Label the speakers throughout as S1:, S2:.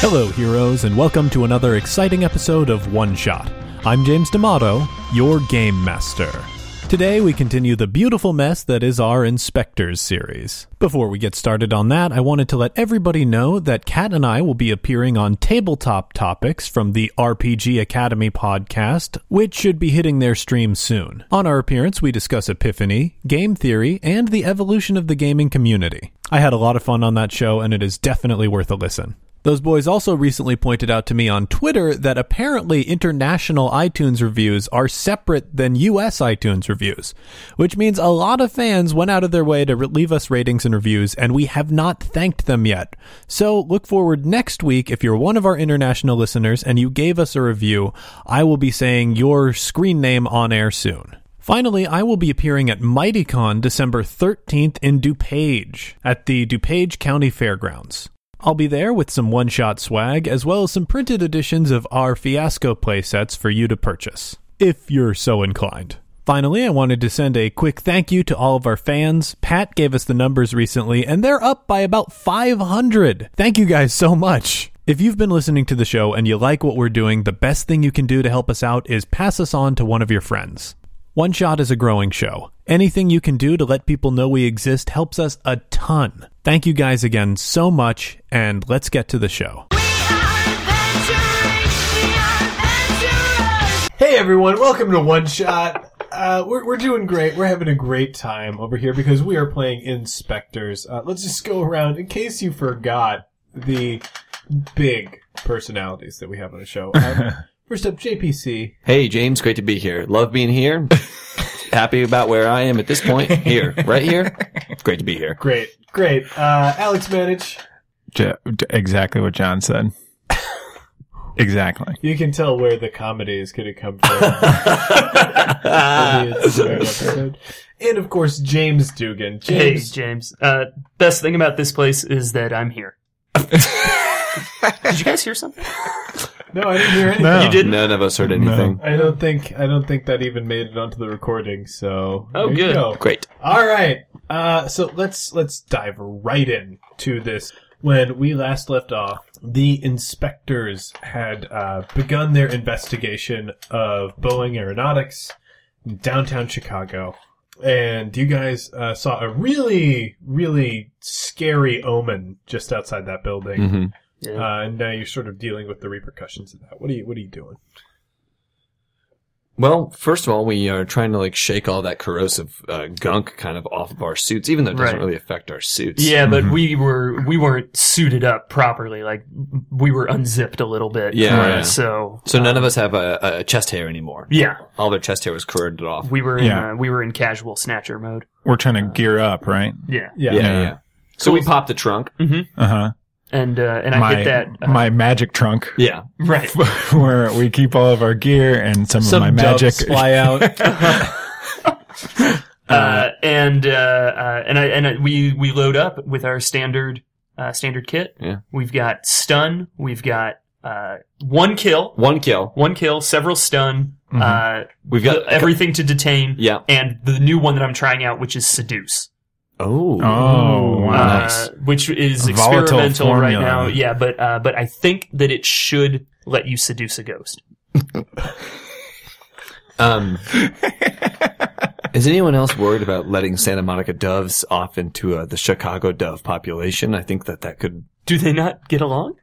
S1: Hello, heroes, and welcome to another exciting episode of One Shot. I'm James D'Amato, your game master. Today, we continue the beautiful mess that is our Inspectors series. Before we get started on that, I wanted to let everybody know that Kat and I will be appearing on Tabletop Topics from the RPG Academy podcast, which should be hitting their stream soon. On our appearance, we discuss Epiphany, game theory, and the evolution of the gaming community. I had a lot of fun on that show, and it is definitely worth a listen. Those boys also recently pointed out to me on Twitter that apparently international iTunes reviews are separate than US iTunes reviews, which means a lot of fans went out of their way to re- leave us ratings and reviews, and we have not thanked them yet. So look forward next week if you're one of our international listeners and you gave us a review, I will be saying your screen name on air soon. Finally, I will be appearing at MightyCon December 13th in DuPage at the DuPage County Fairgrounds. I'll be there with some one shot swag as well as some printed editions of our Fiasco playsets for you to purchase, if you're so inclined. Finally, I wanted to send a quick thank you to all of our fans. Pat gave us the numbers recently, and they're up by about 500. Thank you guys so much. If you've been listening to the show and you like what we're doing, the best thing you can do to help us out is pass us on to one of your friends. One Shot is a growing show. Anything you can do to let people know we exist helps us a ton. Thank you guys again so much, and let's get to the show.
S2: Hey everyone, welcome to One Shot. Uh, we're, we're doing great. We're having a great time over here because we are playing Inspectors. Uh, let's just go around in case you forgot the big personalities that we have on the show. Um, first up, JPC.
S3: Hey, James, great to be here. Love being here. Happy about where I am at this point. Here, right here. Great to be here.
S2: Great, great. Uh, Alex Manage.
S4: J- d- exactly what John said. exactly.
S2: You can tell where the comedy is going to come from. Maybe it's the episode. Uh, and of course, James Dugan.
S5: Hey,
S2: James,
S5: James. Uh, best thing about this place is that I'm here. Did you guys hear something?
S2: no, I didn't hear anything.
S4: No.
S5: didn't?
S3: None of us heard anything.
S2: I don't think I don't think that even made it onto the recording. So
S5: Oh,
S2: there you
S5: good.
S2: go.
S3: Great.
S2: All right. Uh, so let's let's dive right in to this. When we last left off, the inspectors had uh, begun their investigation of Boeing Aeronautics in downtown Chicago, and you guys uh, saw a really really scary omen just outside that building.
S5: Mm-hmm.
S3: Mhm.
S2: Uh, and now you're sort of dealing with the repercussions of that. What are you What are you doing?
S3: Well, first of all, we are trying to like shake all that corrosive uh, gunk kind of off of our suits, even though it doesn't
S5: Right.
S3: really affect our suits.
S5: Yeah, but we were we weren't suited up properly. Like we were unzipped a little bit.
S3: Yeah,
S5: Uh,
S3: yeah.
S5: So
S3: So none of us have a, a chest hair anymore.
S5: yeah,
S3: All their chest hair was corroded off.
S5: we were in
S4: Yeah.
S5: uh, we were in casual snatcher mode.
S4: We're trying to gear up, right?
S5: Yeah,
S3: yeah, yeah. So we popped the trunk.
S4: Uh huh.
S5: and uh, and I
S4: My
S5: hit that uh,
S4: my magic trunk,
S3: Yeah.
S5: right.
S4: where we keep all of our gear and some,
S2: Some
S4: of my magic.
S2: doves fly out.
S5: Uh, and uh, uh, and I and I, we we load up with our standard uh, standard kit.
S3: Yeah.
S5: We've got stun. We've got uh, one kill,
S3: One kill.
S5: one kill, several stun. Uh,
S3: We've Mm-hmm. got
S5: the- everything to detain.
S3: Yeah.
S5: And the new one that I'm trying out, which is seduce,
S3: Oh.
S4: Oh wow!
S3: Nice.
S5: uh, which is
S4: Volatile
S5: experimental right
S4: formula.
S5: now. Yeah, but uh, but I think that it should let you seduce a ghost.
S3: Um, is anyone else worried about letting Santa Monica doves off into uh, the Chicago dove population? I think that that could.
S5: Do they not get along?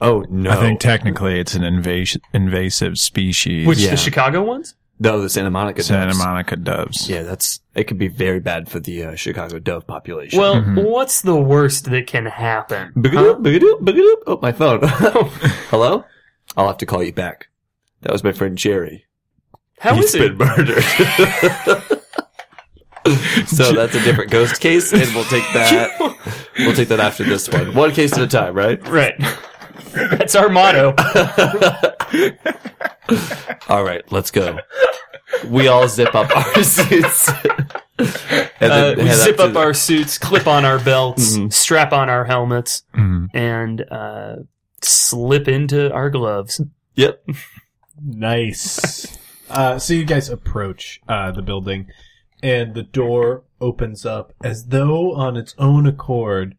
S3: Oh no!
S4: I think technically it's an invas- invasive species.
S5: Which
S3: Yeah.
S5: the Chicago ones?
S3: no, the Santa Monica
S4: Santa
S3: doves.
S4: Monica doves.
S3: Yeah, that's it. Could be very bad for the uh, Chicago dove population.
S5: Well,
S4: Mm-hmm.
S5: what's the worst that can happen?
S3: Bigadoop, bigadoop, bigadoop. Oh, my phone. Hello. I'll have to call you back. That was my friend Jerry.
S5: How
S3: He's
S5: is
S3: been
S5: it?
S3: murdered. so that's a different ghost case, and we'll take that. We'll take that after this one. One case at a time, right?
S5: Right. That's our motto.
S3: All right, let's go. We all zip up our suits. and
S5: Uh,
S3: then
S5: we
S3: head
S5: zip
S3: to
S5: up
S3: the-
S5: our suits, clip on our belts,
S3: Mhm.
S5: strap on our helmets,
S4: Mhm.
S5: and uh, slip into our gloves.
S4: Mm-hmm.
S3: Yep.
S2: Nice. uh, so you guys approach uh, the building, and the door opens up as though on its own accord.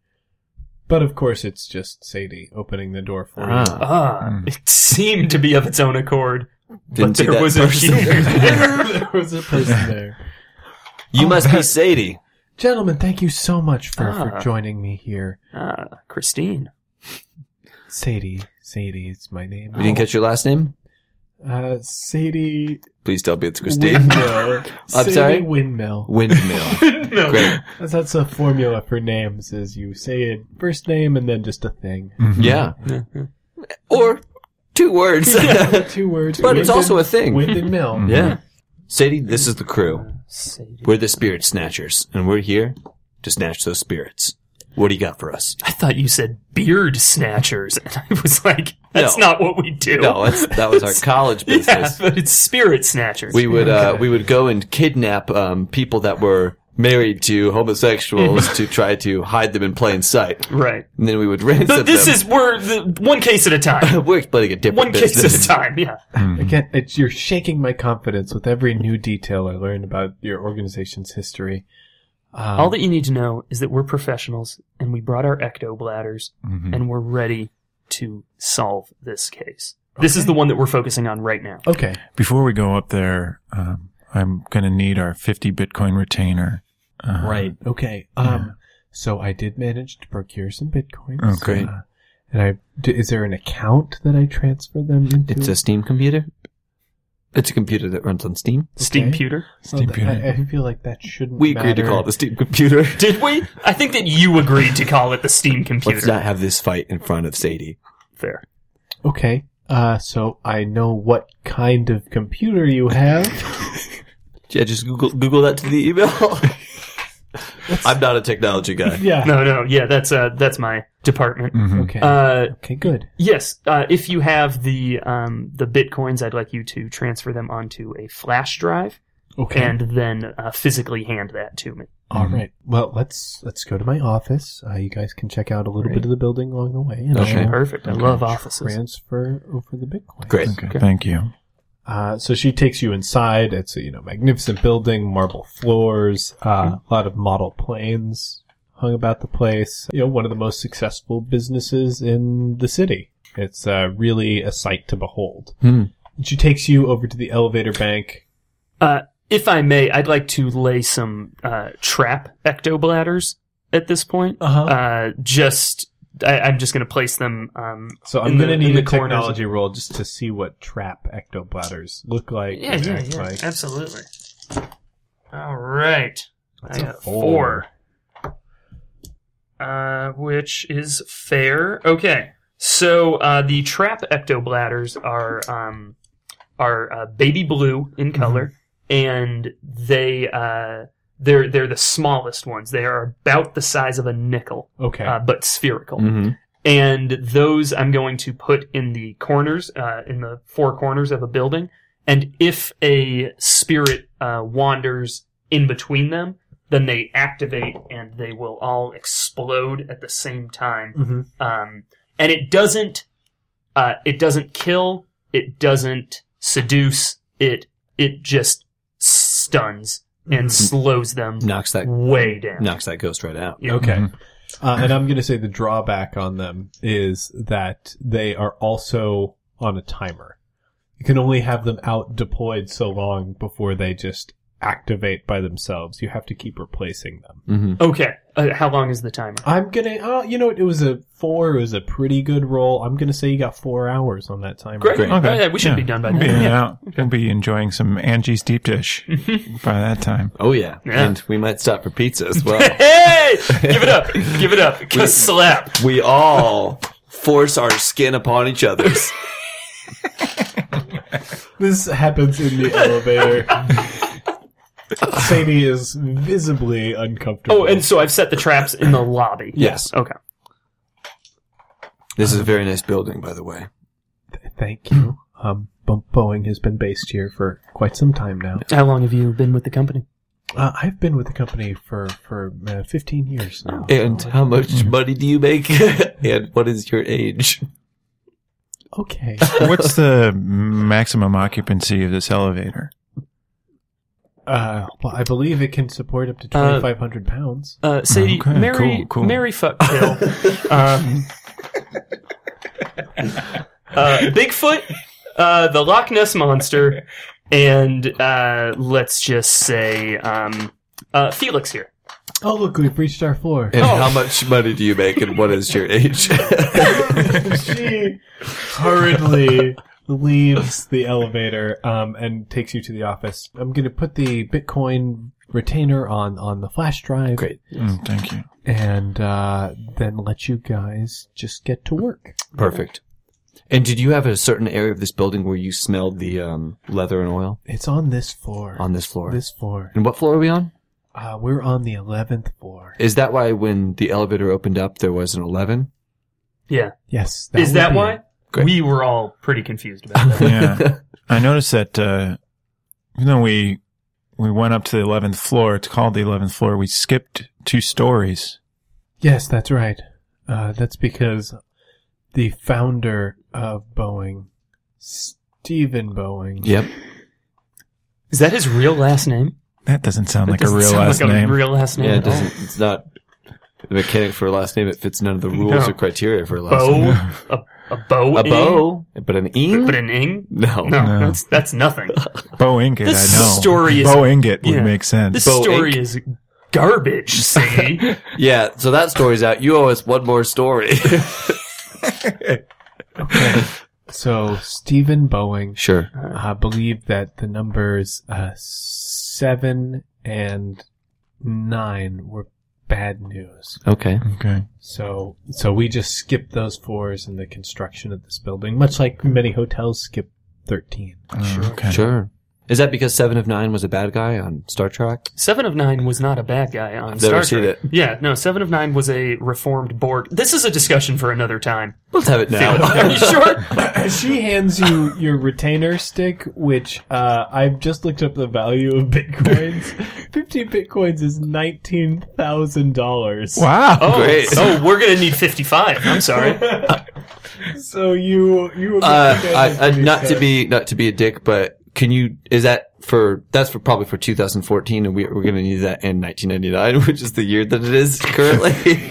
S1: But of course, it's just Sadie opening the door for you.
S3: Ah.
S5: Ah, it seemed to be of its own accord.
S3: Didn't
S5: but
S3: see
S5: there
S3: that
S5: was
S3: person.
S5: a
S1: there was a person there.
S3: You must be Sadie.
S1: Gentlemen, thank you so much for,
S5: Ah.
S1: for joining me here.
S5: Ah, Christine.
S1: Sadie, Sadie is my name.
S3: We didn't catch your last name?
S1: Uh, Sadie
S3: Please tell me it's Christine.
S1: Windmill. Sadie
S3: sorry?
S1: Windmill.
S3: Windmill.
S5: no.
S3: Great.
S1: That's a formula for names, is you say it first name and then just a thing.
S3: Yeah. Or two words.
S1: Two words.
S3: But it's
S1: Wind
S3: also
S1: and-
S3: a thing.
S1: Wind and mill.
S3: Yeah. Sadie, this is the crew.
S5: Sadie.
S3: We're the spirit snatchers, and we're here to snatch those spirits. What do you got for us?
S5: I thought you said beard snatchers, and I was like, that's
S3: No.
S5: not what we do.
S3: No, that's, that was our college
S5: yeah,
S3: business.
S5: but it's spirit snatchers.
S3: We would uh, we would go and kidnap um, people that were married to homosexuals to try to hide them in plain sight,
S5: right.
S3: and then we would ransom
S5: But this
S3: them.
S5: is we're the, one case at a time.
S3: we're explaining a different
S5: One case
S3: business.
S5: at a time. Yeah.
S1: Again, it's, you're shaking my confidence with every new detail I learn about your organization's history. Um,
S5: All that you need to know is that we're professionals and we brought our ecto bladders
S3: Mm-hmm.
S5: and we're ready to solve this case. This is the one that we're focusing on right now.
S1: okay.
S4: Before we go up there, um, I'm going to need our 50 Bitcoin retainer. Uh,
S1: Okay. Um. So I did manage to procure some bitcoins.
S4: Oh, great.
S1: Uh, and I d- is there an account that I transfer them into? Oh,
S3: It's a Steam computer. It's a computer that runs on Steam.
S5: Steam pewter.
S1: Oh, th-
S4: computer.
S1: I, I feel like that shouldn't.
S3: We agreed to
S1: matter.
S3: call it the Steam computer.
S5: Did we? I think that you agreed to call it the Steam
S3: Let's
S5: computer.
S3: not have this fight in front of Sadie.
S5: Fair.
S1: Okay. Uh. So I know what kind of computer you have.
S3: Yeah, just Google Google that to the email. I'm not a technology guy.
S1: yeah.
S5: No, no, yeah, that's uh, that's my department.
S4: Mm-hmm.
S1: Okay.
S5: Uh,
S1: okay. Good.
S5: yes, uh, if you have the um, the bitcoins, I'd like you to transfer them onto a flash drive
S1: Okay.
S5: and then uh, physically hand that to me.
S1: All right. Well, let's let's go to my office. Uh, you guys can check out a little bit of the building along the way. And
S3: Okay.
S1: I'll
S5: Perfect. I love offices.
S1: Transfer over the Bitcoin.
S3: Great.
S4: Okay, Thank you.
S1: Uh, so she takes you inside. It's a you know magnificent building, marble floors, uh, a lot of model planes hung about the place. You know, one of the most successful businesses in the city. It's uh, really a sight to behold.
S3: Hmm.
S1: And She takes you over to the elevator bank.
S5: Uh, if I may, I'd like to lay some uh, trap ectobladders at this point.
S1: Uh-huh.
S5: Uh, just, I, I'm just going to place them. Um,
S1: So
S5: in
S1: I'm
S5: the-
S1: going to
S5: in
S1: need
S5: the
S1: a
S5: corners.
S1: technology roll just to see what trap ectobladders look like.
S5: Yeah,
S1: and
S5: yeah,
S1: act
S5: yeah.
S1: like.
S5: Absolutely. All right.
S1: That's
S5: I
S1: a
S5: got four. Uh, which is fair. Okay. So uh, the trap ectobladders are um, are uh, baby blue in color, and they uh, they're they're the smallest ones. They are about the size of a nickel,
S1: Okay.
S5: uh, but spherical
S3: Mm-hmm.
S5: and those I'm going to put in the corners, uh, in the four corners of a building. And if a spirit uh, wanders in between them, then they activate and they will all explode at the same time.
S1: Mhm.
S5: Um, and it doesn't, uh, it doesn't kill. It doesn't seduce. It it just stuns and slows them
S3: Knocks that
S5: way down.
S3: knocks that ghost right out.
S5: Yeah.
S1: Okay. Uh, and I'm going to say the drawback on them is that they are also on a timer. You can only have them out deployed so long before they just activate by themselves. You have to keep replacing them.
S3: Mm-hmm.
S5: Okay. Uh, how long is the timer?
S1: I'm going to, oh, you know what? It was a four. It was a pretty good roll. I'm going to say you got four hours on that timer.
S5: Great.
S3: Great.
S5: Oh, yeah, we should be done by
S4: We'll
S5: now.
S4: be, in and
S5: Yeah.
S4: out. We'll be enjoying some Angie's deep dish by that time.
S3: Oh yeah.
S5: Yeah.
S3: and we might stop for pizza as well.
S5: Hey! Give it up. Give it up. Kiss slap.
S3: we all force our skin upon each other's.
S1: This happens in the elevator. Sadie is visibly uncomfortable.
S5: Oh, and so I've set the traps in the lobby.
S3: Yes.
S5: Okay.
S3: This is a very nice building, by the way.
S1: thank you. Um, Bo- Boeing has been based here for quite some time now.
S5: How long have you been with the company?
S1: Uh, I've been with the company for for uh, 15 years now.
S3: And how much money do you make? and what is your age?
S1: Okay.
S4: What's the maximum occupancy of this elevator?
S1: Uh, well, I believe it can support up to 2,500 pounds.
S5: Uh, Sadie,
S4: Okay,
S5: Mary,
S4: cool, cool.
S5: Mary, fuck, kill. um, uh, Bigfoot, uh, the Loch Ness monster, and uh, let's just say um, uh, Felix here.
S1: Oh, look, we've reached our floor.
S3: And how much money do you make and what is your age?
S1: she hurriedly leaves the elevator um, and takes you to the office. I'm going to put the Bitcoin retainer on on the flash drive
S3: Great.
S4: Mm, thank you.
S1: and uh, then let you guys just get to work.
S3: Perfect. And did you have a certain area of this building where you smelled the um, leather and oil
S1: It's on this floor.
S3: on this floor?
S1: this floor.
S3: and what floor are we on?
S1: Uh, we're on the 11th floor.
S3: Is that why when the elevator opened up there was an 11?
S5: Yeah,
S1: Yes.
S5: is
S1: would
S5: that
S1: be-
S5: why?
S3: Great.
S5: We were all pretty confused about that.
S4: Yeah, I noticed that uh, even though we we went up to the eleventh floor, it's called the eleventh floor. We skipped two stories.
S1: Yes, that's right. Uh, that's because the founder of Boeing, Stephen Boeing,
S3: Yep.
S5: Is that his real last name?
S4: That doesn't sound like
S5: Doesn't
S4: a real
S5: sound
S4: last
S5: like
S4: name.
S5: A real last name.
S3: Yeah, it
S5: at all.
S3: doesn't, it's not the mechanic for a last name. It fits none of the rules
S5: No.
S3: or criteria for a last name.
S5: Bow, a, a bow,
S3: A
S5: ing?
S3: bow, but an ing?
S5: but an ing.
S3: no.
S5: No,
S4: No.
S5: that's that's nothing.
S4: Bo Ingot,
S5: This
S4: I know.
S5: story is-
S4: Bo Ingot
S5: Yeah.
S4: would make sense.
S5: This
S3: Bow
S5: story
S3: ing.
S5: is garbage, Sadie.
S3: Yeah, so that story's out. You owe us one more story.
S1: So Stephen Boeing
S3: sure.
S1: uh, believed that the numbers uh, seven and nine were bad news.
S3: Okay.
S4: okay.
S1: So so we just skipped those fours in the construction of this building, much like many hotels skip thirteen.
S4: Sure. Uh, Okay.
S3: Sure. Is that because Seven of Nine was a bad guy on Star Trek?
S5: Seven of Nine was not a bad guy on
S3: Never
S5: Star Trek.
S3: seen it.
S5: Yeah, no, Seven of Nine was a reformed Borg. This is a discussion for another time.
S3: Let's have it
S5: Are
S3: now.
S5: you sure?
S1: she hands you your retainer stick, which uh, I've just looked up the value of bitcoins. Fifty bitcoins is nineteen thousand dollars.
S4: Wow.
S5: Oh,
S3: Great.
S5: oh, we're gonna need fifty-five. I'm sorry.
S1: So you you
S3: uh, I, I, not to be not to be a dick, but can you? Is that for? That's for probably for 2014, and we, we're going to need that in 1999, which is the year that it is currently.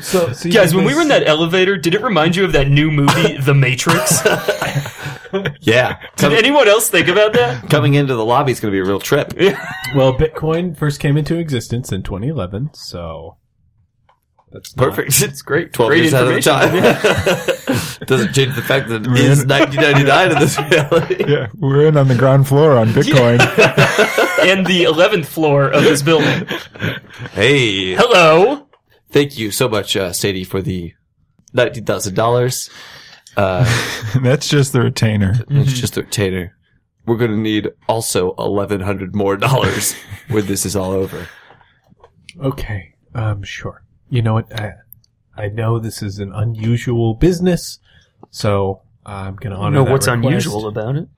S1: so, so you
S5: Guys,
S1: did
S5: when we
S1: this-
S5: were in that elevator, did it remind you of that new movie, The Matrix?
S3: yeah,
S5: Did anyone else think about that?
S3: coming into the lobby is going to be a real trip.
S1: Well, Bitcoin first came into existence in 2011, so that's not-
S3: Perfect. It's great. Twelve
S5: Great
S3: years out of the
S5: information.
S3: time. Doesn't change the fact that it is 1999 in this reality.
S4: Yeah, we're in on the ground floor on Bitcoin.
S5: And the eleventh floor of this building.
S3: Hey,
S5: Hello.
S3: thank you so much, uh, Sadie, for the nineteen thousand dollars. Uh,
S4: That's just the retainer.
S3: It's just a retainer. We're going to need also eleven hundred more dollars when this is all over.
S1: Okay, um, sure. You know what? I, I know this is an unusual business, so I'm gonna
S5: I don't
S1: honor.
S5: know
S1: that
S5: what's
S1: request.
S5: unusual about it.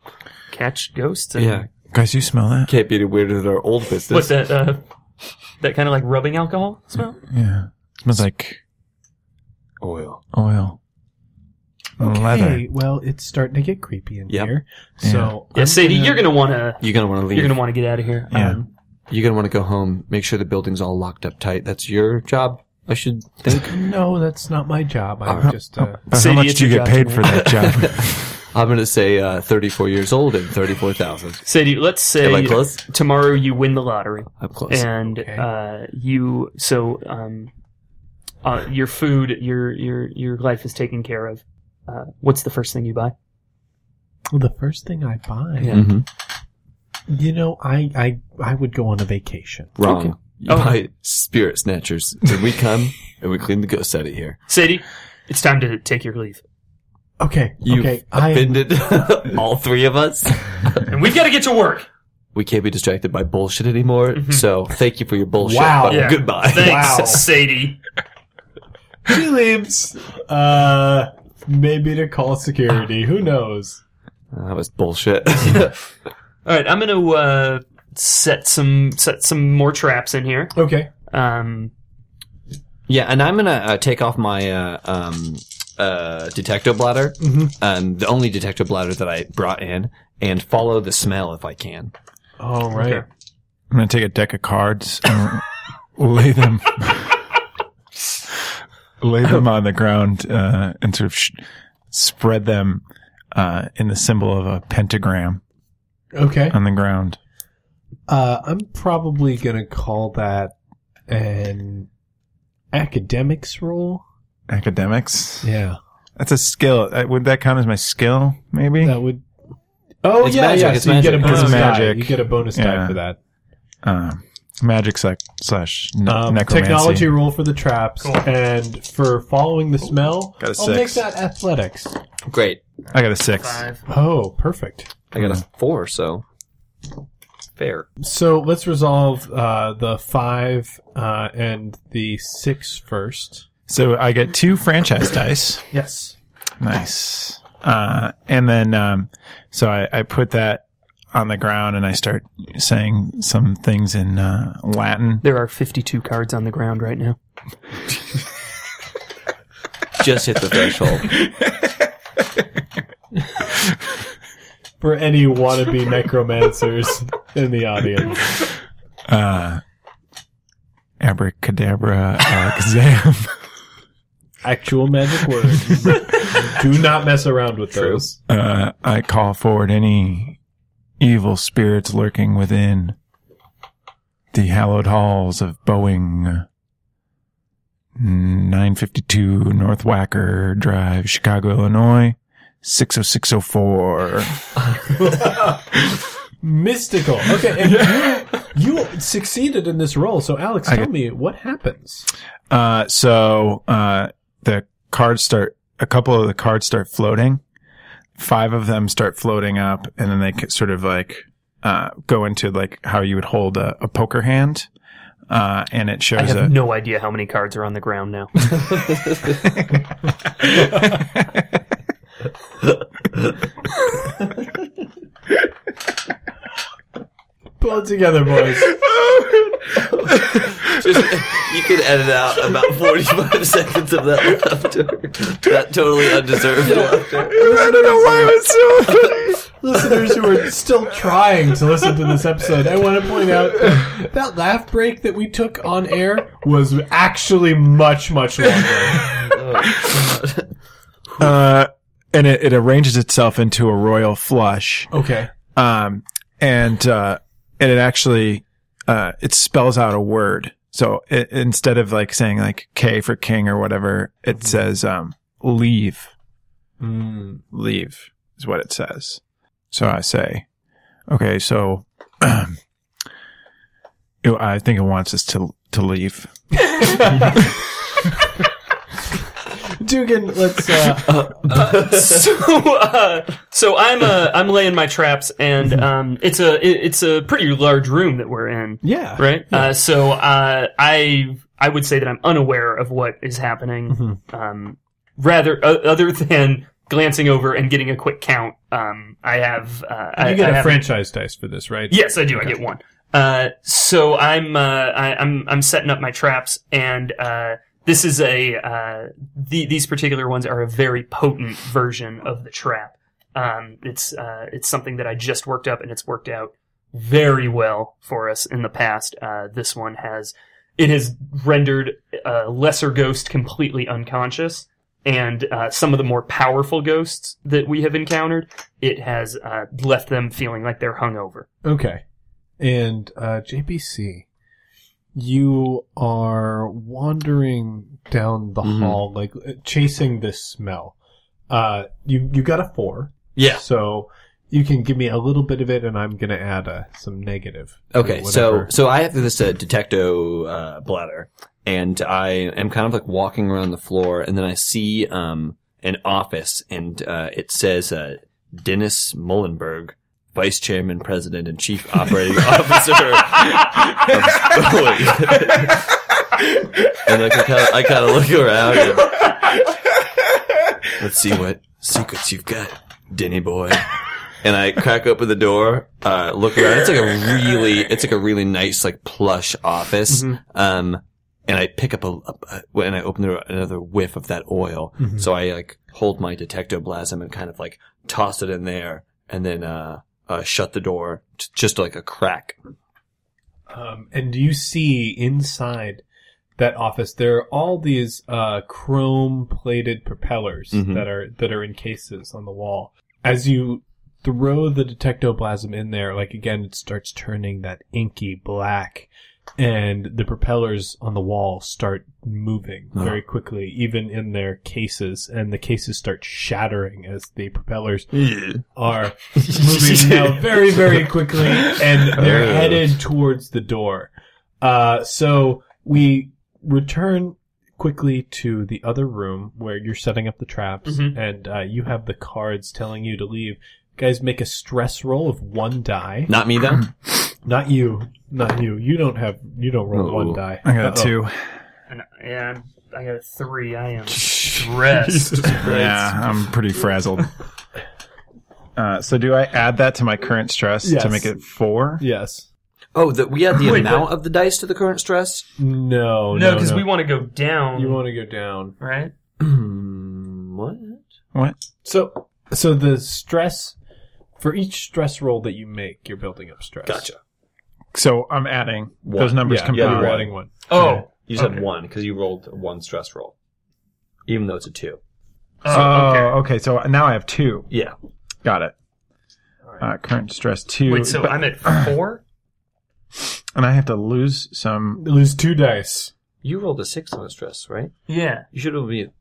S5: Catch ghosts. And
S3: Yeah.
S4: Guys, you smell that?
S3: Can't be any weirder than our old business.
S5: What's that? Uh, that kind of like rubbing alcohol smell.
S4: Yeah. smells like
S3: Oil.
S4: oil. And Leather.
S1: Okay, well, it's starting to get creepy in
S3: Yep.
S1: here.
S4: Yeah.
S1: So,
S5: Yeah,
S1: I'm
S5: Sadie, you're gonna wanna
S3: You're going to want to leave.
S5: you're gonna wanna get out of here.
S4: Yeah.
S5: Um,
S3: You're going to want to go home. Make sure the building's all locked up tight. That's your job, I should think.
S1: No, that's not my job. I'm just. Uh,
S4: But
S5: Sadie,
S4: how much
S5: it's
S4: do you
S5: your
S4: get
S5: job
S4: paid
S5: to
S4: for that job?
S3: I'm going to say uh, 34 years old and 34,000.
S5: Sadie, let's
S3: Am
S5: say
S3: I close?
S5: tomorrow you win the lottery
S3: I'm close.
S5: and
S1: Okay.
S5: uh, you so um, uh, your food your your your life is taken care of. Uh, what's the first thing you buy?
S1: the first thing I buy,
S5: Yeah.
S3: Mhm.
S1: you know, I, I I would go on a vacation.
S3: Wrong.
S5: Okay. Oh.
S3: You
S5: Okay.
S3: buy spirit snatchers. And we come and we clean the ghost out of here.
S5: Sadie, it's time to take your leave,
S1: Okay,
S3: You
S1: okay, I
S3: offended all three of us.
S5: and we've got to get to work.
S3: We can't be distracted by bullshit anymore. So thank you for your bullshit.
S1: Wow.
S3: but
S5: Mm-hmm. Yeah.
S3: Oh, Goodbye.
S5: Thanks,
S1: Wow.
S5: Sadie.
S1: she leaves. Uh, maybe to call security. Who knows?
S3: That was bullshit.
S5: All right, I'm gonna uh, set some set some more traps in here.
S1: Okay.
S5: Um,
S3: yeah, and I'm gonna uh, take off my uh, um, uh, detector bladder,
S5: Mm-hmm.
S3: um, the only detector bladder that I brought in, and follow the smell if I can.
S1: All right.
S5: Okay.
S4: I'm gonna take a deck of cards and lay them, lay them on the ground, uh, and sort of sh- spread them uh, in the symbol of a pentagram
S1: Okay.
S4: on the ground.
S1: Uh, I'm probably gonna call that an academics rule.
S4: Academics.
S1: Yeah.
S4: That's a skill. Uh, Would that count as my skill? Maybe.
S1: That would. Oh
S3: It's
S1: yeah,
S3: magic,
S1: yeah.
S3: it's
S1: So you get a
S3: magic.
S1: bonus
S4: It's
S1: die.
S4: magic.
S1: You get a bonus die
S4: Yeah.
S1: for that.
S4: Uh, magic sec- slash ne-
S1: Um,
S4: necromancy.
S1: technology rule for the traps, and for following the smell,
S4: Got a
S1: I'll make
S4: six.
S1: that athletics.
S3: Great.
S4: I got a six.
S5: Five.
S1: Oh, perfect.
S3: I got a four, so fair.
S1: So let's resolve uh, the five uh, and the six first.
S4: So I get two franchise dice.
S1: Yes.
S4: Nice. Uh, and then, um, so I, I put that on the ground and I start saying some things in uh, Latin.
S5: There are 52 cards on the ground right now.
S3: Just hit the threshold.
S1: For any wannabe necromancers in the audience.
S4: Uh, abracadabra, uh, alakazam.
S1: Actual magic words. Do not mess around with those.
S4: uh, I call forward any evil spirits lurking within the hallowed halls of Boeing 952 North Wacker Drive, Chicago, Illinois, 60604.
S1: Mystical. Okay, and you, you succeeded in this role, so Alex,
S4: I
S1: tell
S4: get-
S1: me what happens.
S4: Uh, so uh, the cards start. A couple of the cards start floating. Five of them start floating up, and then they ca- sort of like uh, go into like how you would hold a, a poker hand, uh, and it
S5: I
S4: shows
S5: have
S4: a.
S5: no idea how many cards are on the ground now.
S1: Pull it together, boys.
S3: Just, you could edit out about 45 seconds of that laughter. That totally undeserved laughter.
S4: I don't know why it was so.
S1: listeners who are still trying to listen to this episode, I want to point out that, that laugh break that we took on air was actually much, much longer.
S4: Uh, and it, it arranges itself into a royal flush.
S1: Okay.
S4: um, and uh, and it actually uh, it spells out a word. So it, instead of like saying like K for king or whatever, it
S1: Mm-hmm.
S4: says um, leave.
S1: Mm.
S4: Leave is what it says. So I say, okay, so you know, I think it wants us to to leave.
S1: Dugan, let's. Uh,
S5: so, uh, so I'm uh, I'm laying my traps, and um, it's a it- it's a pretty large room that we're in,
S1: yeah.
S5: right? Uh, so uh, I I would say that I'm unaware of what is happening,
S1: Mm-hmm.
S5: um, rather uh, other than glancing over and getting a quick count. Um, I have uh, I,
S1: You get
S5: I
S1: a
S5: have-
S1: franchise dice for this, right?
S5: Yes, I do. I get one. Uh, so I'm uh, I, I'm I'm setting up my traps, and uh, this is a uh, the, these particular ones are a very potent version of the trap. Um, it's uh, it's something that I just worked up, and it's worked out very well for us in the past. Uh, this one has it has rendered a lesser ghost completely unconscious, and uh, some of the more powerful ghosts that we have encountered, it has uh, left them feeling like they're hungover.
S1: Okay. And uh, JBC, you are wandering down the
S3: Mhm.
S1: hall, like uh, chasing this smell. Uh, you you got a four,
S3: Yeah.
S1: so you can give me a little bit of it, and I'm gonna add a, some negative. to
S3: Okay, so
S1: whatever.
S3: so I have this uh, detecto uh, bladder, and I am kind of like walking around the floor, and then I see um, an office, and uh, it says uh, Dennis Mullenberg, Vice Chairman, President, and Chief Operating Officer of Boeing. and I kind of I kind of look around. And, Let's see what secrets you've got, Denny boy and I crack open the door, uh, look around. It's like a really, it's like a really nice, like plush office.
S5: Mm-hmm.
S3: Um, and I pick up a, a, a- when I open the door, another whiff of that oil.
S5: Mm-hmm.
S3: So I like hold my detectoplasm and kind of like toss it in there. And then, uh, uh, shut the door, t- just like a crack.
S1: Um, and you see inside that office there are all these uh, chrome-plated propellers
S3: Mhm.
S1: that are that are in cases on the wall. As you throw the detectoplasm in there, like again, it starts turning that inky black, and the propellers on the wall start moving
S3: Oh.
S1: very quickly, even in their cases, and the cases start shattering as the propellers are moving now very, very quickly, and they're
S3: Ugh.
S1: headed towards the door. Uh, so we return quickly to the other room where you're setting up the traps,
S5: Mhm.
S1: and uh, you have the cards telling you to leave. Guys, make a stress roll of one die.
S3: Not me though.
S1: Not you, not you. You don't have. You don't roll
S3: Ooh.
S1: one die.
S4: I got a
S1: Uh-oh.
S4: two.
S5: And, yeah, I'm- I got a three. I am stressed.
S4: Yeah, I'm pretty frazzled. Uh, so do I add that to my current stress
S1: Yes.
S4: to make it four?
S1: Yes.
S3: Oh, that we add the
S5: Wait,
S3: amount of the dice to the current stress.
S1: No.
S5: no,
S1: Oh, No.
S5: because
S1: Because
S5: we want to go down.
S1: You want to go down.
S5: right?
S3: Hmm, what?
S4: What?
S1: So, so the stress for each stress roll that you make, you're building up stress.
S3: Gotcha.
S4: So I'm adding
S3: One.
S4: those numbers
S1: yeah,
S4: come
S1: yeah,
S4: out.
S1: you're adding one.
S5: Oh,
S3: You just
S5: Okay.
S3: had one because you rolled one stress roll, even though it's a two.
S4: Oh,
S5: oh, okay.
S4: okay. So now I have two.
S3: Yeah.
S4: Got it. Uh, current stress two,
S5: Wait, so
S4: but-
S5: I'm at four.
S4: and I have to lose some.
S1: Lose two dice.
S3: You rolled a six on a stress, right?
S5: Yeah.
S3: You should have been.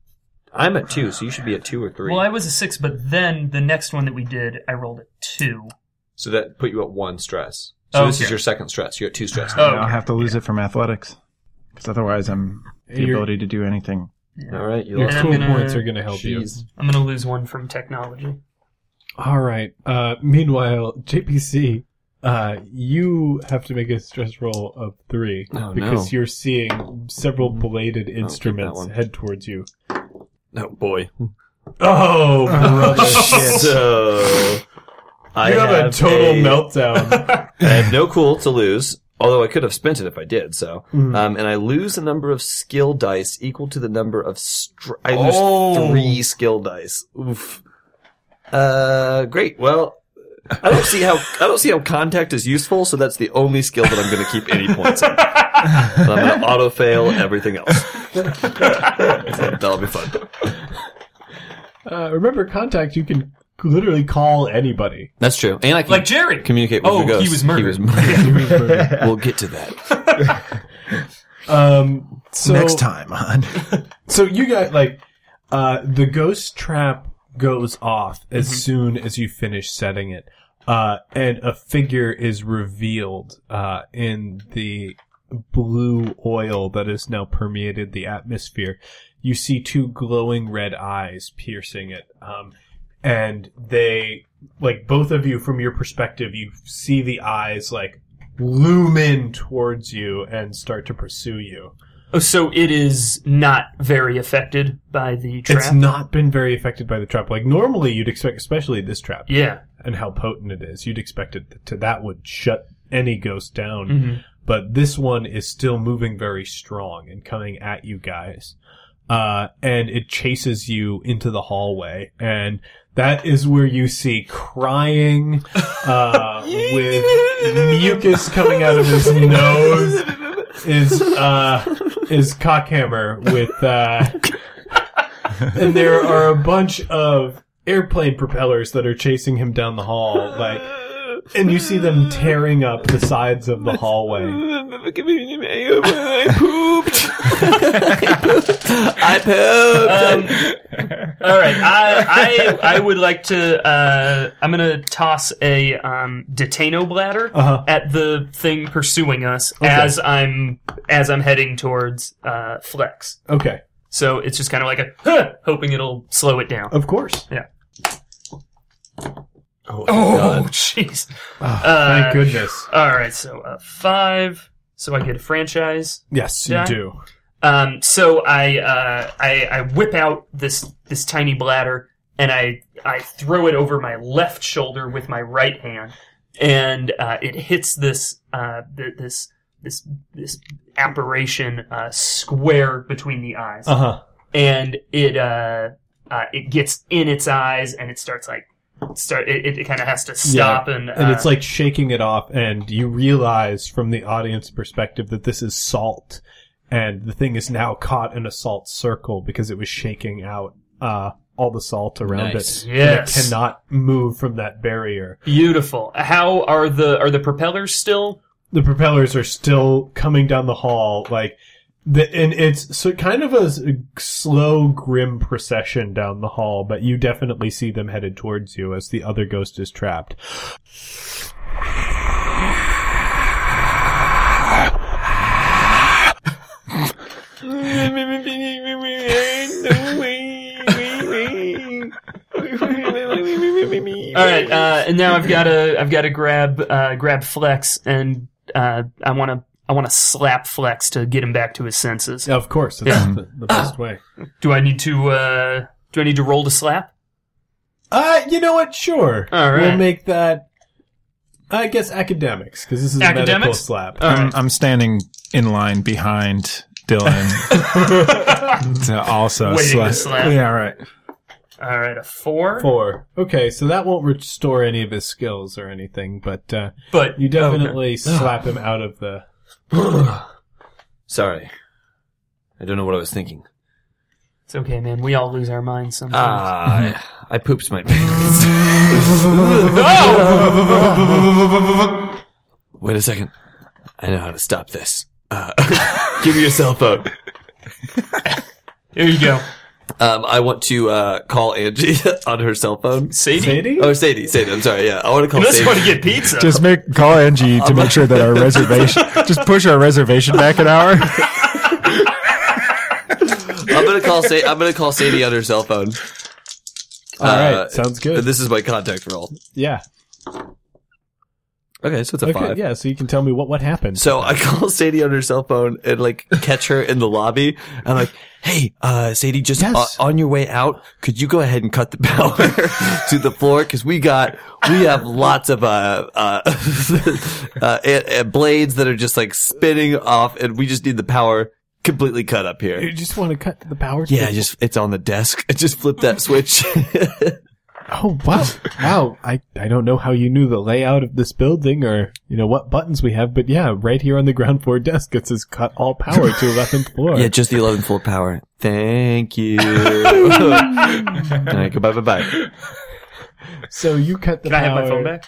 S3: I'm at two, so you should be at two or three.
S5: Well, I was a six, but then the next one that we did, I rolled a two.
S3: so that put you at one stress. So this
S5: Okay.
S3: is your second stress. You're at two stress.
S5: Oh,
S4: I'll
S5: okay.
S4: have to lose it from athletics because otherwise I'm the
S1: You're-
S4: ability to do anything.
S3: All right. You
S1: Your
S3: lost
S5: And I'm
S1: cool
S5: gonna-
S1: points are going to help
S3: Jeez.
S1: you.
S5: I'm gonna lose one from technology.
S1: All right. Uh, meanwhile, JPC, uh, you have to make a stress roll of three because
S3: Oh, no. Mm-hmm.
S1: you're seeing several bladed
S3: that
S1: instruments
S3: one.
S1: head towards you.
S3: Oh boy.
S1: Oh, brother!
S3: So I
S1: you have, a total meltdown.
S3: I have no cool to lose, although I could have spent it if I did. So,
S5: Hmm.
S3: um, and I lose a number of skill dice equal to the number of str- I lose
S5: Oh.
S3: three skill dice. Oof. Uh, great. Well, I don't see how I don't see how contact is useful. So that's the only skill that I'm going to keep any points on. So I'm going to auto fail everything else. So that'll be fun.
S1: uh, remember, contact. You can literally call anybody.
S3: That's true. And I can
S5: Like Jerry.
S3: communicate with
S5: oh,
S3: the ghost.
S5: he was murdered.
S3: we'll get to that.
S1: Um, so
S4: Next time on.
S1: So you got like uh, the ghost trap goes off as soon as you finish setting it, uh, and a figure is revealed uh, in the blue oil that has now permeated the atmosphere. You see two glowing red eyes piercing it, um, and they like both of you from your perspective. You see the eyes like loom in towards you and start to pursue you.
S5: Oh, so it is not very affected by the trap.
S1: It's not been very affected by the trap. Like normally, you'd expect, especially this trap,
S5: yeah.
S1: and how potent it is. You'd expect it to that would shut any ghost down.
S5: Mhm.
S1: But this one is still moving very strong and coming at you guys. Uh, and it chases you into the hallway, and that is where you see crying, uh, with mucus coming out of his nose is uh is cockhammer with uh and there are a bunch of airplane propellers that are chasing him down the hall like and you see them tearing up the sides of the hallway
S3: I pooped. I
S5: Um,
S3: pooped.
S5: all right. I, I I would like to. Uh, I'm gonna toss a um, detaino bladder
S1: Uh-huh.
S5: at the thing pursuing us as I'm as I'm heading towards uh, Flex.
S1: okay
S5: So it's just kind of like a huh, hoping it'll slow it down.
S1: of course
S3: oh,
S5: Oh, jeez. Uh,
S1: thank goodness
S5: All right, so uh, five. So I get a franchise.
S1: yes you
S5: Yeah.
S1: do
S5: Um, so I, uh, I I whip out this this tiny bladder and I I throw it over my left shoulder with my right hand, and uh, it hits this uh, th- this this this apparition uh, square between the eyes,
S1: uh-huh
S5: and it uh, uh, it gets in its eyes and it starts like start. It, it kind of has to stop and uh,
S1: and it's like shaking it off and you realize from the audience perspective that this is salt and the thing is now caught in a salt circle because it was shaking out uh, all the salt around
S3: Nice.
S1: it And
S5: Yes.
S1: it cannot move from that barrier
S5: beautiful. How are the are the propellers still?
S1: the propellers are still coming down the hall like the, and it's so kind of a s- slow grim procession down the hall but you definitely see them headed towards you as the other ghost is trapped
S5: All right, uh, and now I've got to I've got to grab uh, grab Flex and uh, I want to I want to slap Flex to get him back to his senses.
S1: of course that's the, the best way
S5: Do I need to uh, do I need to roll to slap?
S1: Uh, you know what? Sure.
S5: All right.
S1: We'll make that. I guess academics, because this is a medical
S5: Academics? Uh,
S1: slap.
S5: All
S4: I'm,
S5: right.
S4: I'm standing in line behind Dylan to also
S5: Waiting to
S4: slap.
S5: slap.
S4: Yeah, right.
S5: All right, a four.
S1: Four. Okay, so that won't restore any of his skills or anything, but uh,
S5: But
S1: you definitely
S3: Ah.
S1: slap him out of the.
S3: Sorry. I don't know what I was thinking.
S5: It's okay, man. We all lose our minds sometimes.
S3: Ah, I, I pooped my pants. Wait a second. I know how to stop this. Uh, give me your cell phone.
S5: Here you go.
S3: Um, I want to uh, call Angie on her cell phone.
S5: Sadie,
S1: Sadie?
S3: Oh, Sadie, Sadie. I'm sorry. Yeah, I want to call
S5: unless
S3: Sadie.
S5: you want to get pizza.
S4: Just make call Angie to make sure that our reservation. just push our reservation back an hour.
S3: I'm gonna call. Sa- I'm gonna call Sadie on her cell phone.
S1: All right,
S3: Uh,
S1: sounds good.
S3: This is my contact roll.
S1: yeah.
S3: Okay, so it's a
S1: Okay,
S3: five.
S1: yeah, so you can tell me what, what happened.
S3: So I call Sadie on her cell phone and like catch her in the lobby. I'm like, "Hey, uh, Sadie, just
S1: Yes.
S3: uh, on your way out, could you go ahead and cut the power to the floor because we got we have lots of uh, uh, uh, and- and blades that are just like spinning off, and we just need the power completely cut up
S1: you
S3: here."
S1: just want to cut the power? to
S3: Yeah,
S1: the-
S3: just it's on the desk. Just flip that switch.
S1: Oh, wow. wow. I, I don't know how you knew the layout of this building or, you know, what buttons we have, but yeah, right here on the ground floor desk, it says cut all power to 11th floor.
S3: Yeah, just the 11th floor power. Thank you. All right, goodbye, bye bye.
S1: So you cut the
S5: Can I have
S1: power.
S5: my phone back?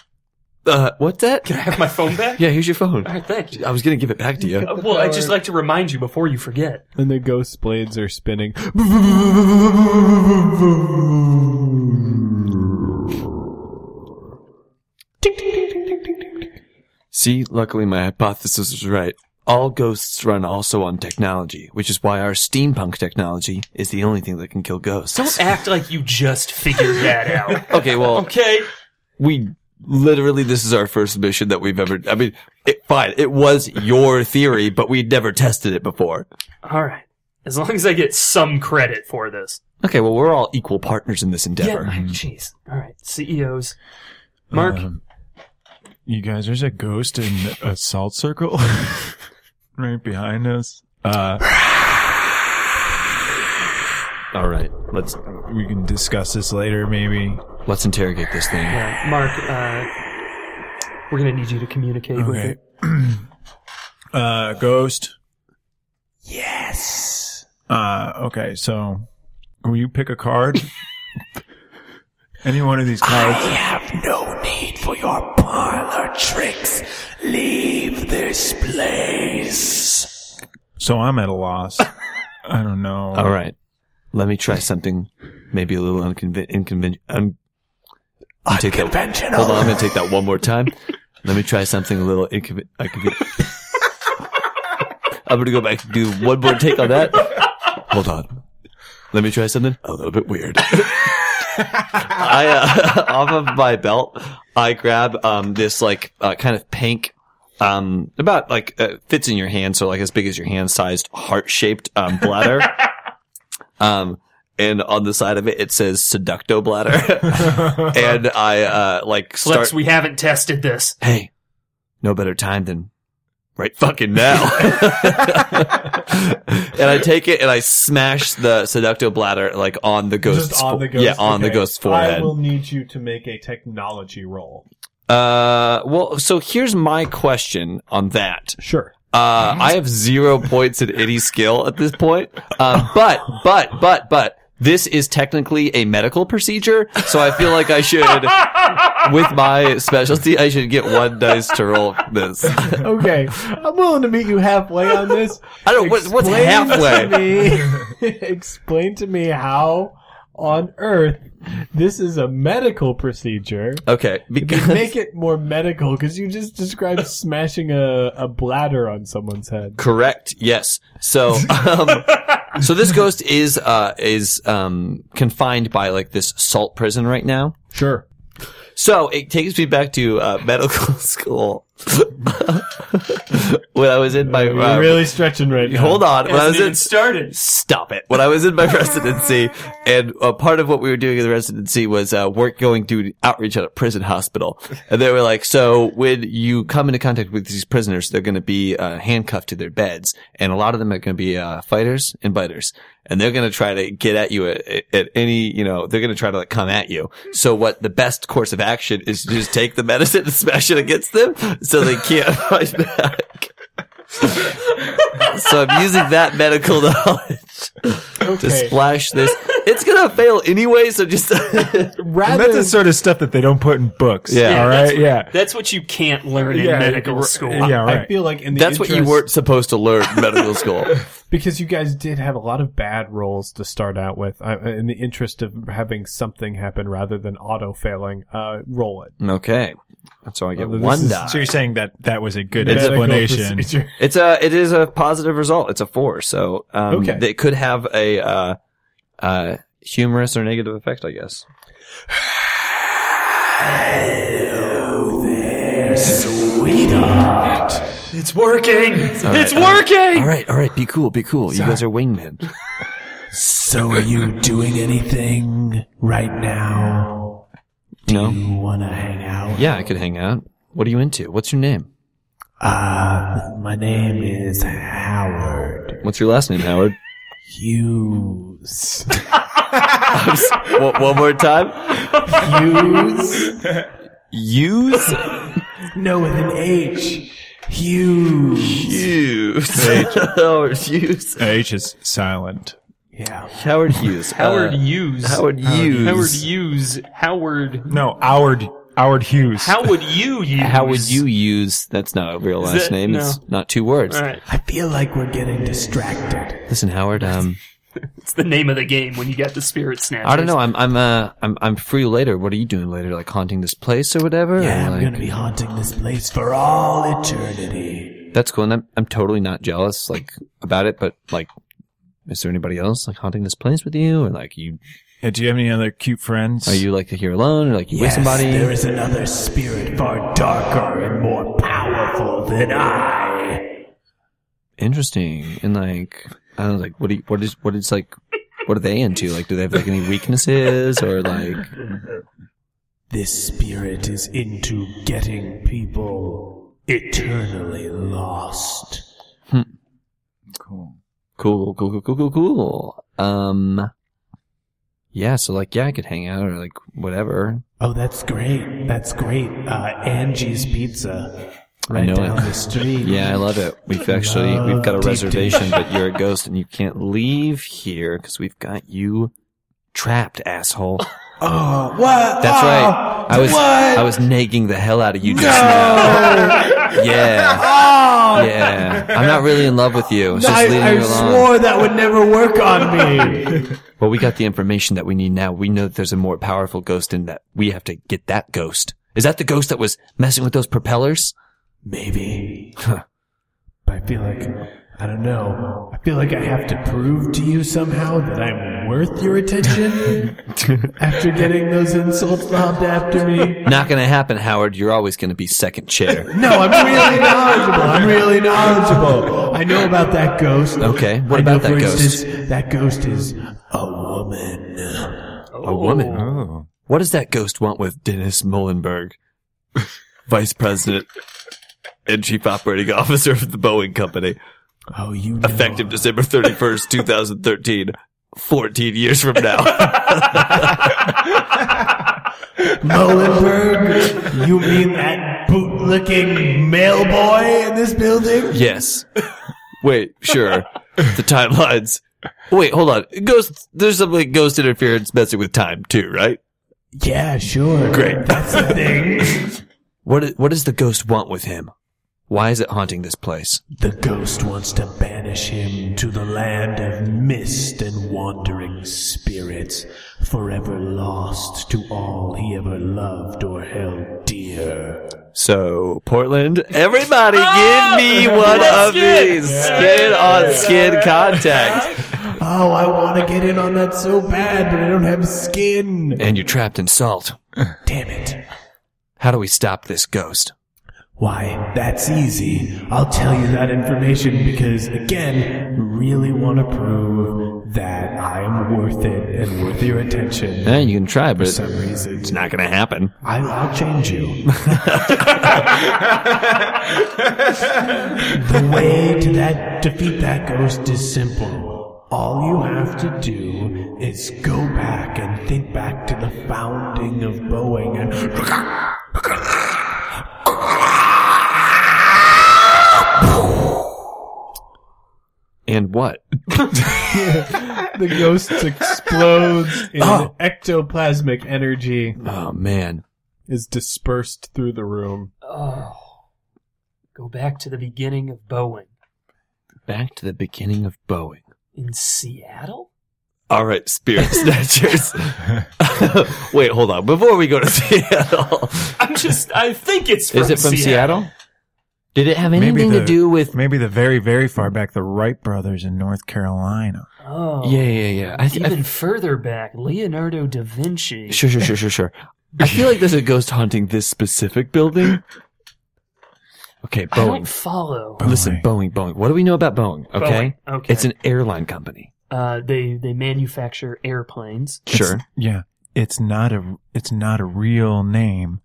S3: Uh, what's that?
S5: Can I have my phone back?
S3: Yeah, here's your phone.
S5: All right, thank you.
S3: I was gonna give it back to you.
S5: Uh, well, I just like to remind you before you forget.
S1: And the ghost blades are spinning.
S3: See, luckily my hypothesis was right. All ghosts run also on technology, which is why our steampunk technology is the only thing that can kill ghosts.
S5: Don't act like you just figured that out.
S3: Okay, well,
S5: Okay.
S3: we literally this is our first mission that we've ever. I mean, it, fine, it was your theory, but we'd never tested it before.
S5: All right. As long as I get some credit for this.
S3: Okay, well, we're all equal partners in this endeavor. Mm.
S5: Yeah, jeez. All right, CEOs. Mark,
S3: Um,
S4: Um, you guys, there's a ghost in a salt circle right behind us. Uh,
S3: All right, let's
S4: we can discuss this later, maybe.
S3: let's interrogate this thing.
S5: yeah, Mark, uh, we're gonna need you to communicate with
S4: Okay.
S5: it.
S4: uh, ghost. Yes. Uh, okay. So, will you pick a card? Any one of these cards. So I'm at a loss. I don't know.
S3: All right. Let me try something maybe a little unconven- inconven- un- I'm gonna take that- hold on, I'm going to take that one more time. Let me try something a little inconven- I could be- I'm going to go back and do one more take on that. Hold on. Let me try something a little bit weird. I uh, off of my belt, I grab um this like uh, kind of pink um about like uh, fits in your hand so like as big as your hand sized heart shaped um bladder. Um, and on the side of it, it says seducto bladder. and I, uh, like
S5: Flex,
S3: start,
S5: we haven't tested this.
S3: hey, no better time than right fucking now. and I take it and I smash the seducto bladder like on the ghost's
S1: Just on the
S3: fo-
S1: ghost.
S3: yeah on
S1: okay.
S3: the ghost's forehead.
S1: I will need you to make a technology roll.
S3: Uh, well, so here's my question on that.
S1: Sure. Mm-hmm.
S3: Uh, I have zero points in any skill at this point. Uh, but, but, but, but, this is technically a medical procedure, so I feel like I should, with my specialty, I should get one dice to roll this. I
S1: Okay, I'm willing to meet you halfway on this.
S3: don't, what, what's halfway?
S1: me, explain to me how on earth this is a medical procedure.
S3: Okay, because,
S1: Make it more medical because you just described smashing a, a bladder on someone's head.
S3: Correct. Yes. So, um, so this ghost is uh, is um, confined by like this salt prison right now.
S1: Sure.
S3: So it takes me back to uh, medical school when I was in my.
S1: You're
S3: uh,
S1: really stretching right now.
S3: Hold on. When I was in
S5: started.
S3: Stop it. When I was in my residency, and uh, part of what we were doing in the residency was uh, work going through outreach at a prison hospital. And they were like, so when you come into contact with these prisoners, they're going to be uh, handcuffed to their beds. And a lot of them are going to be uh, fighters and biters. And they're going to try to get at you at, at any, you know, they're going to try to like come at you. So what the best course of action is to just take the medicine and smash it against them so they can't fight back. so I'm using that medical knowledge to
S1: Okay.
S3: splash this. It's gonna fail anyway, so just
S4: And
S1: Rather
S4: that's the sort of stuff that they don't put in books.
S3: Yeah.
S5: Yeah,
S4: all
S5: that's
S4: right. Yeah.
S5: That's what you can't learn in
S4: Yeah,
S5: medical
S4: r-
S5: school.
S4: Yeah. Right.
S1: I feel like in the
S3: that's what you
S1: interest-
S3: weren't supposed to learn in medical school.
S1: because you guys did have a lot of bad rolls to start out with. I, in the interest of having something happen rather than auto failing, uh, roll it.
S3: Okay, so I get
S1: Although this
S3: one
S1: is-
S3: die.
S4: so you're saying that that was a good
S1: Medical
S4: explanation.
S1: procedure.
S3: It's a it is a positive result. It's a four, so um,
S1: Okay.
S3: it could have a uh, uh, humorous or negative effect, I guess.
S5: It's working. It's
S3: all right.
S5: working.
S3: All right, all right, be cool, be cool. You guys are wingmen.
S6: So are you doing anything right now?
S3: No,
S6: You wanna hang out?
S3: yeah, I could hang out. What are you into? What's your name?
S6: Uh, my name is Howard
S3: What's your last name, Howard?
S6: Hughes.
S3: one, one more time.
S6: Hughes?
S3: Use
S6: No, with an H. Hughes.
S3: Hughes. Howard Hughes.
S4: Uh, H is silent.
S6: Yeah.
S3: Howard Hughes.
S5: Howard
S3: Uh,
S5: Hughes.
S3: Howard
S5: Howard
S3: Hughes.
S5: Hughes. Howard.
S4: No, Howard. Howard Hughes.
S5: How would you use?
S3: How would you use? That's not a real
S5: Is
S3: last
S5: that-
S3: name.
S5: no.
S3: It's not two words.
S5: All right.
S6: I feel like we're getting distracted.
S3: Listen, Howard. Um,
S5: It's the name of the game when you got the spirit snatchers.
S3: I don't know. I'm I'm uh I'm I'm free later. What are you doing later? Like haunting this place or whatever?
S6: Yeah,
S3: Or,
S6: I'm
S3: like-
S6: gonna be haunting this place for all eternity.
S3: That's cool. And I'm I'm totally not jealous like about it. But like, is there anybody else like haunting this place with you? Or like you
S4: Yeah, do you have any other cute friends?
S3: are you like here alone? Or like you
S6: Yes,
S3: with somebody?
S6: there is another spirit far darker and more powerful than I.
S3: Interesting. And like, I don't know, like, what do you, what is, what is like, what are they into? Like, do they have like any weaknesses or like,
S6: This spirit is into getting people eternally lost.
S4: Cool.
S3: cool, cool, cool, cool, cool, cool. Um, yeah. So like, yeah, I could hang out or like whatever.
S6: Oh, that's great. That's great. Uh, Angie's Pizza. Right
S3: know
S6: down
S3: it.
S6: the street. Oh,
S3: Yeah, I love it. We've actually, we've got a reservation, but you're a ghost and you can't leave here because we've got you trapped, asshole.
S6: Oh, what?
S3: That's
S6: Oh,
S3: right. I was,
S6: What?
S3: I was nagging the hell out of you just now. Yeah.
S6: oh,
S3: Yeah, I'm not really in love with you. It's
S6: no,
S3: just
S6: I,
S3: leading
S6: I
S3: you along.
S6: swore that would never work on me.
S3: Well, we got the information that we need now. We know that there's a more powerful ghost, and that we have to get that ghost. Is that the ghost that was messing with those propellers?
S6: Maybe. But I feel like, I don't know. I feel like I have to prove to you somehow that I'm worth your attention after getting those insults lobbed after me.
S3: Not gonna happen, Howard. You're always gonna be second chair.
S6: No, I'm really knowledgeable. I'm really knowledgeable. I know about that ghost.
S3: Okay, what
S6: I know,
S3: about that
S6: for
S3: ghost?
S6: Instance, that ghost is a woman.
S3: A woman.
S4: Oh.
S3: What does that ghost want with Dennis Mullenberg, vice president and Chief Operating Officer of the Boeing Company,
S6: Oh, you know.
S3: effective December 31st, 2013, 14 years from now.
S6: Muhlenberg, you mean that bootlicking mail boy in this building?
S3: yes. Wait, sure. The timelines. Wait, hold on. Ghost, there's something like ghost interference messing with time too, right?
S6: Yeah, sure.
S3: Great.
S6: That's the thing.
S3: What, i- what does the ghost want with him? Why is it haunting this place?
S6: The ghost wants to banish him to the land of mist and wandering spirits, forever lost to all he ever loved or held dear.
S3: So, Portland, everybody give me one of these skin on skin contacts.
S6: Oh, I want to get in on that so bad, but I don't have skin.
S3: And you're trapped in salt.
S6: Damn it.
S3: How do we stop this ghost?
S6: Why, that's easy. I'll tell you that information because, again, really want to prove that I'm worth it and worth your attention.
S3: Eh, you can try, but
S6: For some reason.
S3: not gonna happen.
S6: I, I'll change you. the way to that defeat that ghost is simple. All you have to do is go back and think back to the founding of Boeing and
S3: And what?
S1: The ghost explodes in ectoplasmic energy
S3: Oh man.
S1: is dispersed through the room.
S5: Oh, go back to the beginning of Boeing
S3: Back to the beginning of Boeing.
S5: in Seattle.
S3: All right, spirit snatchers. Wait, hold on. Before we go to Seattle,
S5: I'm just. I think it's. From
S3: Did it have
S4: Maybe
S3: anything to
S4: the-
S3: do with?
S4: Maybe the very, very far back, the Wright brothers in North Carolina.
S5: Oh,
S3: Yeah, yeah, yeah. I, th- I
S5: Even further back, Leonardo da Vinci.
S3: Sure, sure, sure, sure, sure. I feel like there's a ghost haunting this specific building. Okay,
S5: I don't
S3: Boeing.
S5: follow.
S3: Listen, Boeing, Boeing. What do we know about Boeing? Okay,
S5: Boeing, Uh, okay.
S3: it's an airline company.
S5: Uh, they they manufacture airplanes.
S3: Sure.
S4: Yeah, it's not a it's not a real name.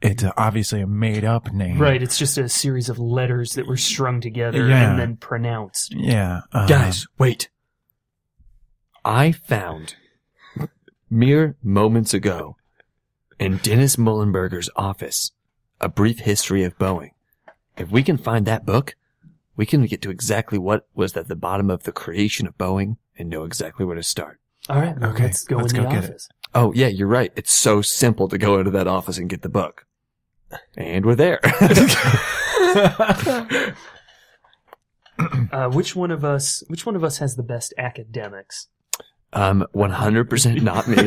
S4: It's
S6: Mm.
S4: a, obviously a made up name.
S5: Right, it's just a series of letters that were strung together
S4: Yeah.
S5: and then pronounced.
S4: Yeah. um,
S3: Guys, wait. Uh, I found mere moments ago in Dennis Mullenberger's office a brief history of Boeing. If we can find that book, we can get to exactly what was at the bottom of the creation of Boeing and know exactly where to start.
S5: All right, well,
S4: Okay,
S5: let's go
S4: let's
S5: in
S4: go
S5: the
S4: get it.
S5: office.
S3: Oh, yeah, you're right. It's so simple to go into that office and get the book. And we're there.
S5: Uh, which one of us? Which one of us has the best academics?
S3: um, 100% not me.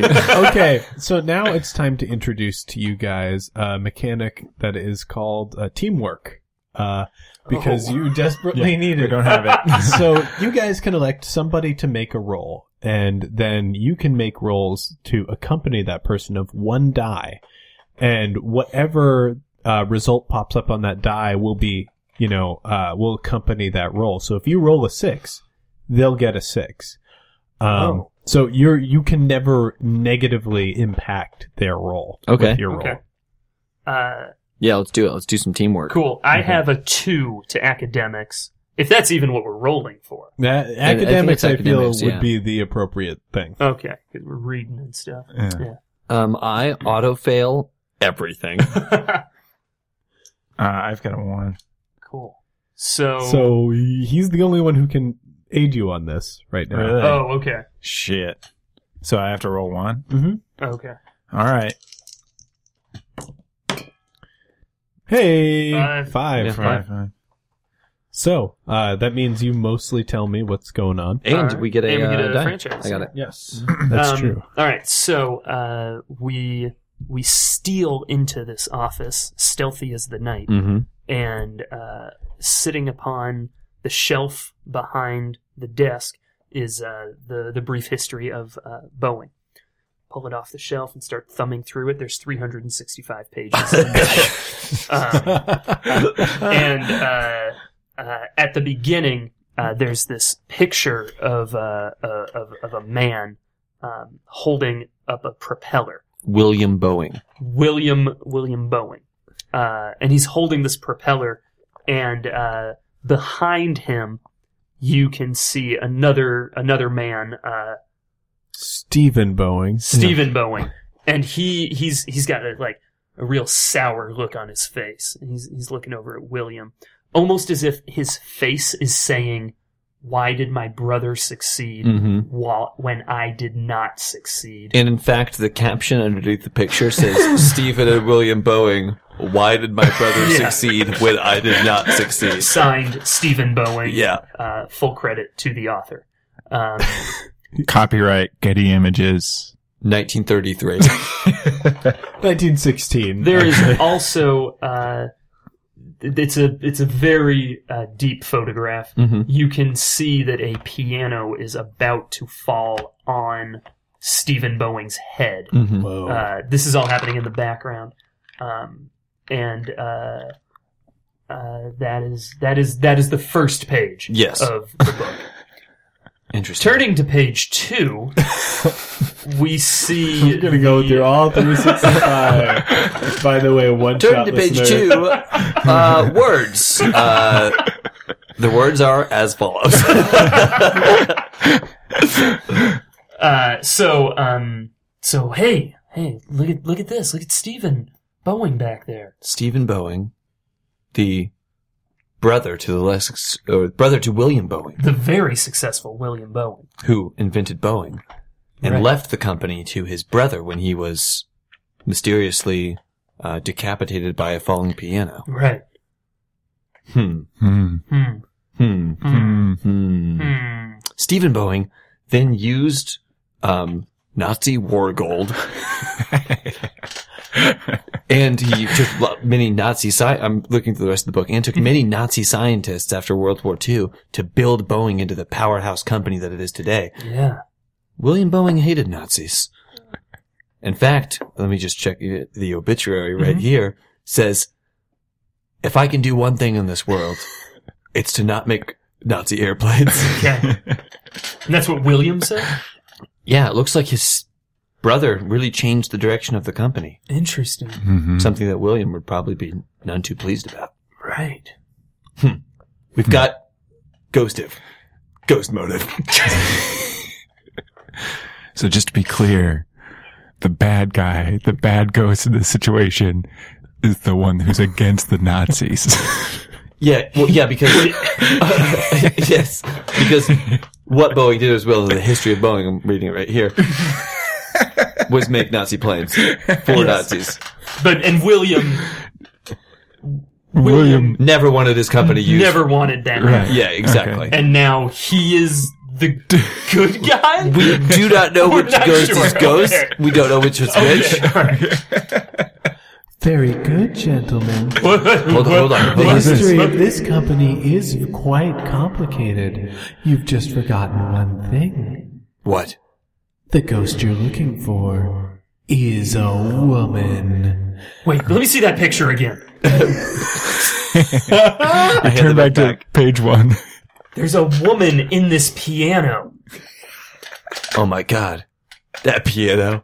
S1: okay, so now it's time to introduce to you guys a mechanic that is called uh, teamwork. Uh, because you desperately need it. We don't have it. so you guys can elect somebody to make a roll, and then you can make rolls to accompany that person of one die, and whatever uh, result pops up on that die will be, you know, uh, will accompany that roll. So if you roll a six, they'll get a six. Um, So you're you can never negatively impact their roll.
S3: Okay.
S1: With your
S5: Okay.
S1: roll.
S5: Uh,
S3: yeah, let's do it. Let's do some teamwork.
S5: cool. I have a two to academics. If that's even what we're rolling for.
S1: That,
S3: I think
S1: academics,
S3: it's
S1: I, feel,
S3: academics, yeah.
S1: would be the appropriate thing.
S5: Okay, 'cause we're reading and stuff.
S4: yeah.
S3: Um, I auto fail everything.
S4: Uh, I've got a one.
S5: cool. So.
S1: So he- he's the only one who can aid you on this right now.
S4: Really?
S5: Oh, okay.
S4: Shit. So I have to roll one.
S5: Okay.
S4: All right.
S1: Hey,
S5: Five.
S1: five.
S3: Yeah,
S4: Five, five.
S1: So uh, that means you mostly tell me what's going on.
S3: And
S5: Alright.
S3: we get a,
S5: And we get
S3: uh,
S5: a
S3: die.
S5: franchise.
S3: I got it.
S1: Yes,
S5: Um, All right, so uh, we we steal into this office, stealthy as the night,
S3: Mm-hmm.
S5: and uh, sitting upon the shelf behind the desk is uh, the the brief history of uh, Boeing. Pull it off the shelf and start thumbing through it. There's 365 pages, um, and uh, uh, at the beginning, uh, there's this picture of uh, uh, of, of a man um, holding up a propeller.
S3: William Boeing.
S5: William William Boeing, uh, and he's holding this propeller and uh, behind him you can see another another man, uh,
S1: Stephen Boeing.
S5: Stephen Boeing, and he he's he's got a, like a real sour look on his face. And he's he's looking over at William, almost as if his face is saying, "Why did my brother succeed
S3: Mhm.
S5: while, when I did not succeed?"
S3: And in fact, the caption underneath the picture says, Stephen and William Boeing, why did my brother
S5: Yeah.
S3: succeed when I did not succeed?
S5: Signed Stephen Boeing.
S3: Yeah.
S5: Uh, full credit to the author. Um,
S4: Copyright Getty Images.
S3: 1933.
S1: 1916.
S5: There is also uh, it's a it's a very uh, deep photograph.
S3: Mhm.
S5: You can see that a piano is about to fall on Stephen Boeing's head.
S3: Mhm.
S1: Whoa.
S5: Uh, this is all happening in the background, um, and uh, uh, that is that is that is the first page
S3: Yes.
S5: of the book.
S3: Interesting.
S5: Turning to page two, we see
S1: We're gonna go
S5: the-
S1: through all 365. By the way, one
S3: Turn
S1: shot
S3: to page
S1: listener,
S3: two. Uh, words. Uh, the words are as follows.
S5: Uh, so um so hey hey look at look at this look at Steven Boeing back there
S3: Stephen Boeing, the brother to the less, or brother to William Boeing,
S5: the very successful William Boeing
S3: who invented Boeing and
S5: Right.
S3: left the company to his brother when he was mysteriously uh, decapitated by a falling piano.
S5: right
S3: Hmm.
S4: Hmm.
S5: hmm
S3: Hmm.
S4: Hmm.
S5: hmm
S3: Hmm.
S5: hmm
S3: Stephen Boeing then used um, Nazi war gold, and he took lo- many Nazi. Sci- I'm looking through the rest of the book, and took
S5: Hmm.
S3: many Nazi scientists after World War II to build Boeing into the powerhouse company that it is today.
S5: yeah
S3: William Boeing hated Nazis. In fact, let me just check it- the obituary
S5: Mm-hmm.
S3: right here says, "If I can do one thing in this world, it's to not make Nazi airplanes."
S5: okay and that's what William said
S3: Yeah, it looks like his brother really changed the direction of the company.
S5: interesting
S3: Something that William would probably be none too pleased about. Hmm.
S5: right
S3: We've got Ghostive. Ghost motive.
S4: So just to be clear, the bad guy, the bad ghost in this situation is the one who's against the Nazis.
S3: Yeah, well, yeah, because yes, because what Boeing did as well as the history of Boeing. I'm reading it right here. was make Nazi planes for Nazis.
S5: but and William
S4: William.
S3: Never wanted his company used.
S5: never wanted that
S4: Right.
S3: Yeah, exactly.
S5: and now he is the good guy
S3: We do not know
S5: We're
S3: which
S5: not
S3: ghost
S5: sure.
S3: is ghost.
S5: Okay.
S3: We don't know which is which.
S5: Okay, all right.
S6: Very good, gentlemen.
S3: Hold on, hold on. Hold
S6: The
S3: on.
S6: history of this company is quite complicated. You've just forgotten one thing.
S3: What?
S6: The ghost you're looking for is a woman.
S5: wait let me see that picture again
S4: I turn back, to page one.
S5: there's a woman in this piano
S3: Oh my god. That piano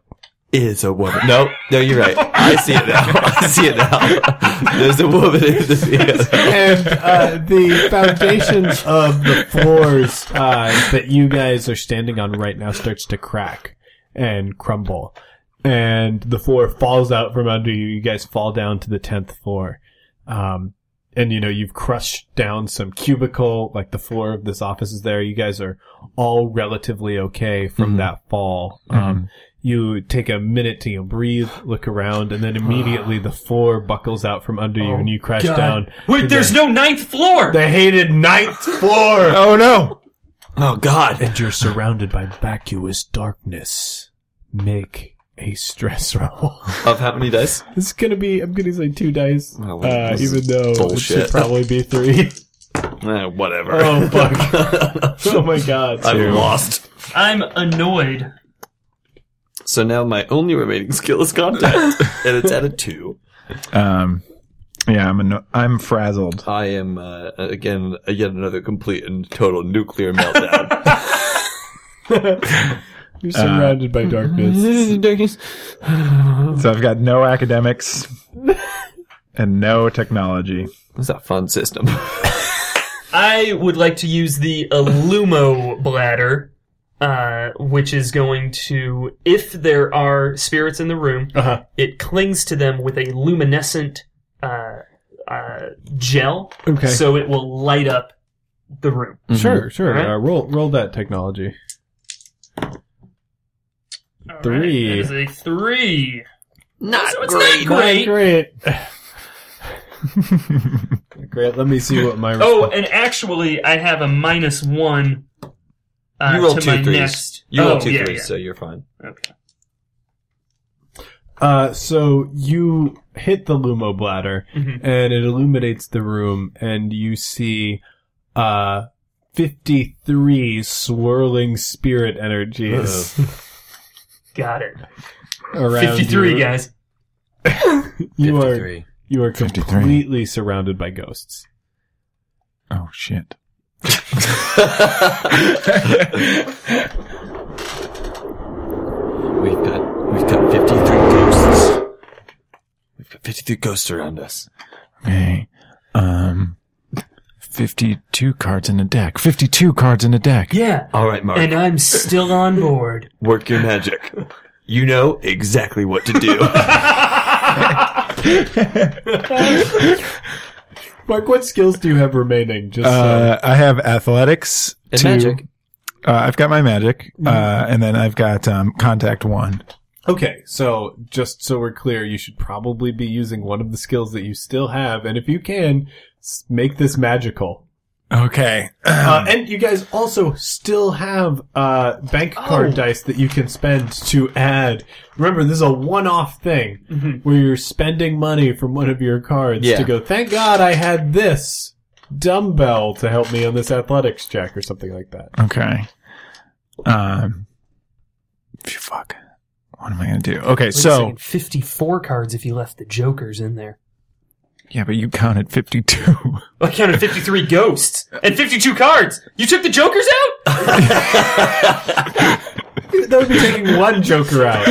S3: is a woman. No, no, you're right. I see it now. I see it now. There's a woman in the piano.
S1: and uh, the foundations of the floors uh, that you guys are standing on right now starts to crack and crumble, and the floor falls out from under you. You guys fall down to the tenth floor, um, and you know you've crushed down some cubicle. Like the floor of this office is there. You guys are all relatively okay
S4: Mm-hmm.
S1: from that fall. Um, you take a minute to you know, breathe, look around, and then immediately the floor buckles out from under
S4: Oh,
S1: you, and you crash down. to
S5: Wait,
S1: the-
S5: there's no ninth floor.
S1: the hated ninth floor.
S4: Oh no!
S3: Oh god.
S1: And you're surrounded by vacuous darkness. Make a stress roll.
S3: Of how many dice?
S1: this is gonna be. I'm gonna say two dice,
S3: Oh, well,
S1: uh,
S3: this
S1: even
S3: is
S1: though it should
S3: bullshit.
S1: probably be three.
S3: Eh, whatever.
S1: oh fuck! oh my god!
S3: I'm lost.
S5: I'm annoyed.
S3: So now my only remaining skill is contact. and it's at a two.
S4: Um, yeah, I'm anno- I'm frazzled.
S3: I am, uh, again, yet another complete and total nuclear meltdown.
S1: You're surrounded by darkness.
S4: So I've got no academics and no technology.
S3: It's a fun system.
S5: I would like to use the Illumo bladder, uh, which is going to, if there are spirits in the room,
S1: Uh-huh.
S5: it clings to them with a luminescent uh, uh, gel.
S1: Okay.
S5: So it will light up the room.
S1: Sure, sure.
S5: Alright.
S1: Uh, roll, roll that technology. Three.
S5: Alright, that is a three.
S3: Not
S5: So it's not great.
S1: Great. Great. Let me see what my.
S5: Oh, and actually, I have a minus one. Uh,
S3: You roll
S5: to
S3: two
S5: my
S3: threes.
S5: Next...
S3: You
S5: oh,
S3: roll two
S5: yeah,
S3: threes,
S5: yeah.
S3: so you're fine.
S5: Okay.
S1: Uh, so you hit the Lumo bladder,
S5: Mhm.
S1: and it illuminates the room, and you see uh, 53 swirling spirit energies
S5: Got it.
S1: around
S5: Fifty-three
S1: you.
S5: guys.
S1: You are,
S3: 53.
S1: you are
S4: 53.
S1: completely surrounded by ghosts.
S4: Oh shit.
S3: we've got we've got 53 ghosts. We've got 53 ghosts around us.
S4: Okay. Um. Fifty-two cards in a deck. Fifty-two cards in a deck.
S5: Yeah.
S3: All right, Mark.
S5: And uh, I'm still on board.
S3: work your magic. You know exactly what to do.
S1: Mark, what skills do you have remaining? Just
S4: Uh, I have athletics.
S3: And
S4: two-
S3: magic. Mm-hmm.
S4: Uh, I've got my magic, uh, and then I've got um, contact one.
S1: Okay, so just so we're clear, you should probably be using one of the skills that you still have, and if you can, s- make this magical.
S4: Okay.
S3: Um,
S1: Uh, and you guys also still have uh, bank
S3: Oh.
S1: card dice that you can spend to add. Remember, this is a one-off thing where you're spending money from one of your cards
S3: Mm-hmm. Yeah.
S1: to go. Thank God I had this dumbbell to help me on this athletics check or something like that.
S4: Okay. Um. phew, Fuck. What am I gonna do? Okay,
S5: Wait a
S4: so
S5: second, 54 cards if you left the jokers in there.
S4: yeah, but you counted fifty-two.
S5: I counted 53 ghosts and 52 cards. You took the jokers out?
S1: That would be taking one Joker out.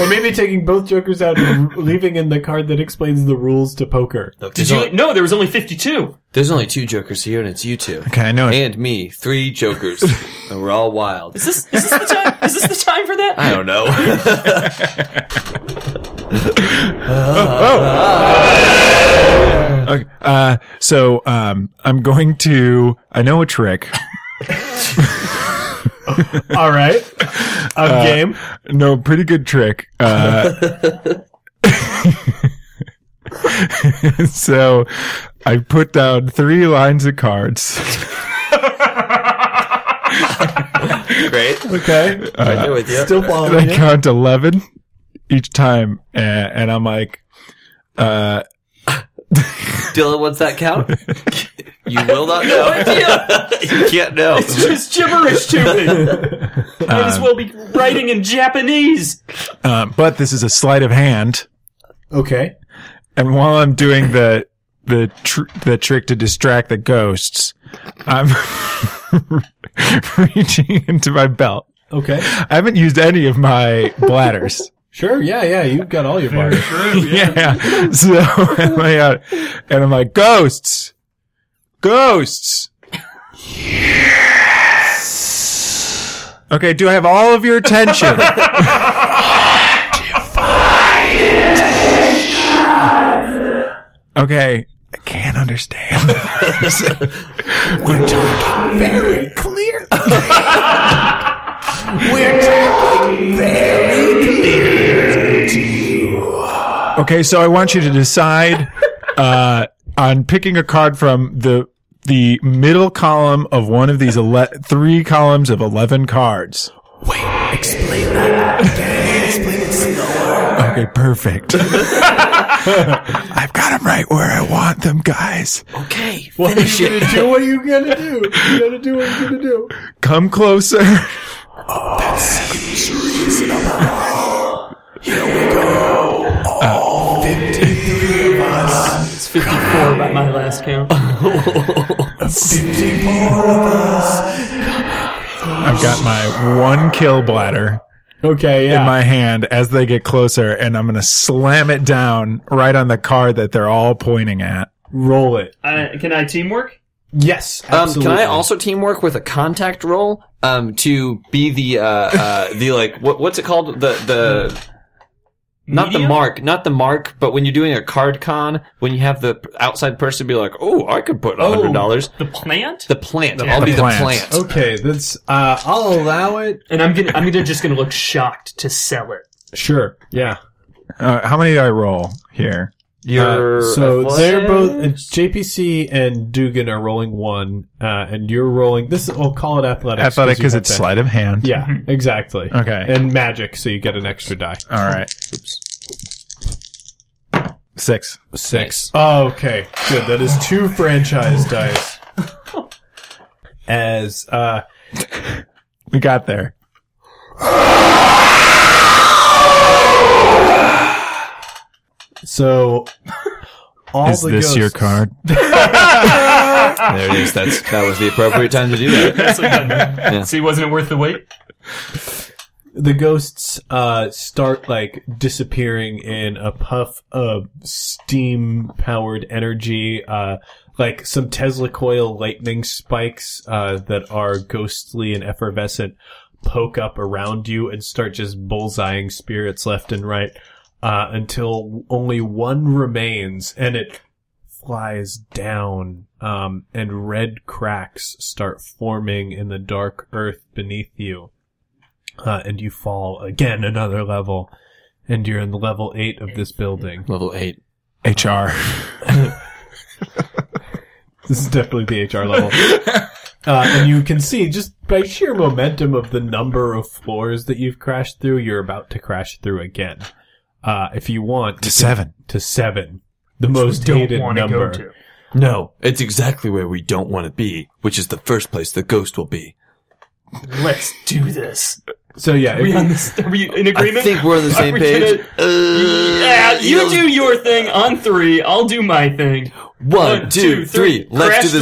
S1: Or maybe taking both Jokers out and r- leaving in the card that explains the rules to poker.
S3: Look,
S5: Did
S3: there's
S5: you?
S3: only-
S5: No, there was only 52.
S3: there's only two jokers here, and it's you two.
S4: okay, I know. it.
S3: and me, three jokers, and we're all wild.
S5: Is this is this the time? Is this the time for that?
S3: I don't know.
S4: Oh! Okay, uh, so um, I'm going to. I know a trick.
S1: All right. A game.
S4: Uh, No, pretty good trick. Uh, so I put down three lines of cards.
S3: Great,
S4: Okay.
S3: right there with you.
S1: Still
S4: Uh, and I
S1: following you.
S4: count 11 each time. And, and I'm like, uh,
S3: Dylan, what's that count? You will not know. you can't know.
S5: It's just gibberish to me. Might as well be writing in Japanese.
S4: um, but this is a sleight of hand.
S1: Okay.
S4: And while I'm doing the, the, tr- the trick to distract the ghosts, I'm reaching into my belt.
S1: Okay.
S4: I haven't used any of my bladders.
S1: Sure. Yeah. Yeah. You've got all your bars.
S4: yeah. So and, I, uh, and I'm like, ghosts, ghosts. Okay, do I have all of your attention? okay, I can't understand. Okay, so I want you to decide uh, on picking a card from the the middle column of one of these ele- three columns of eleven cards. Wait, explain that. Explain it slower. Okay, perfect. I've got them right where I want them, guys.
S3: okay.
S1: What are you gonna do? What are you gonna do? You gotta do what you're gonna do.
S4: Come closer.
S5: It's 54 by my last count.
S4: I've got my one kill bladder
S1: Okay.
S4: in
S1: Yeah.
S4: my hand as they get closer, and I'm gonna slam it down right on the card that they're all pointing at.
S1: roll it.
S5: I, Uh, can I teamwork?
S1: Yes,
S3: Um,
S1: absolutely.
S3: can I also teamwork with a contact roll um, to be the uh, uh, the like what, what's it called the the not the
S5: Medium?
S3: mark not the mark but when you're doing a card con when you have the outside person be like oh I could put a hundred dollars
S5: The plant?
S3: the plant I'll be
S4: The plant.
S1: Oh,
S3: the plant
S1: Okay, that's. Uh, I'll allow it.
S5: and I'm gonna I'm gonna just gonna look shocked to sell it.
S1: Sure. Yeah.
S4: Uh, how many do I roll here?
S3: Your
S1: Uh, so
S3: athletics?
S1: they're both uh, JPC and Dugan are rolling one, uh, and you're rolling. This we'll call it athletics.
S4: Athletic because
S1: you
S4: it's
S1: have
S4: sleight of hand.
S1: that. Yeah, exactly.
S4: Okay.
S1: and magic, so you get an extra die.
S4: All right. Six.
S1: Six. Oh, okay, good. That is two franchise dice. As uh,
S4: We got there.
S1: so, all
S4: Is
S1: the
S4: this
S1: ghosts,
S4: your card?
S3: there it is that's that was the appropriate time to do that
S5: Nicely done. See, wasn't it worth the wait?
S1: the ghosts uh, start like disappearing in a puff of steam powered energy uh, like some tesla coil lightning spikes uh, that are ghostly and effervescent poke up around you and start just bullseyeing spirits left and right uh, until only one remains and it flies down um, and red cracks start forming in the dark earth beneath you uh, and you fall again another level, and you're in the level eight of this building.
S3: level eight
S4: HR.
S1: This is definitely the HR level. Uh, and you can see just by sheer momentum of the number of floors that you've crashed through, you're about to crash through again. Uh, if you want
S4: to
S1: you
S4: seven.
S1: can- to seven, the most hated
S5: wanna
S1: number.
S3: no it's exactly where we don't want to be which is the first place the ghost will be
S5: to. Let's do this.
S1: So yeah,
S5: Are we
S1: if
S5: on
S1: you-
S5: this? Are we in
S3: I
S5: agreement?
S3: think we're on the same
S5: we
S3: page Uh,
S5: yeah, you
S3: you'll-
S5: do your thing on three. I'll do my thing.
S3: One, two, three. Let's
S5: Crash
S3: do the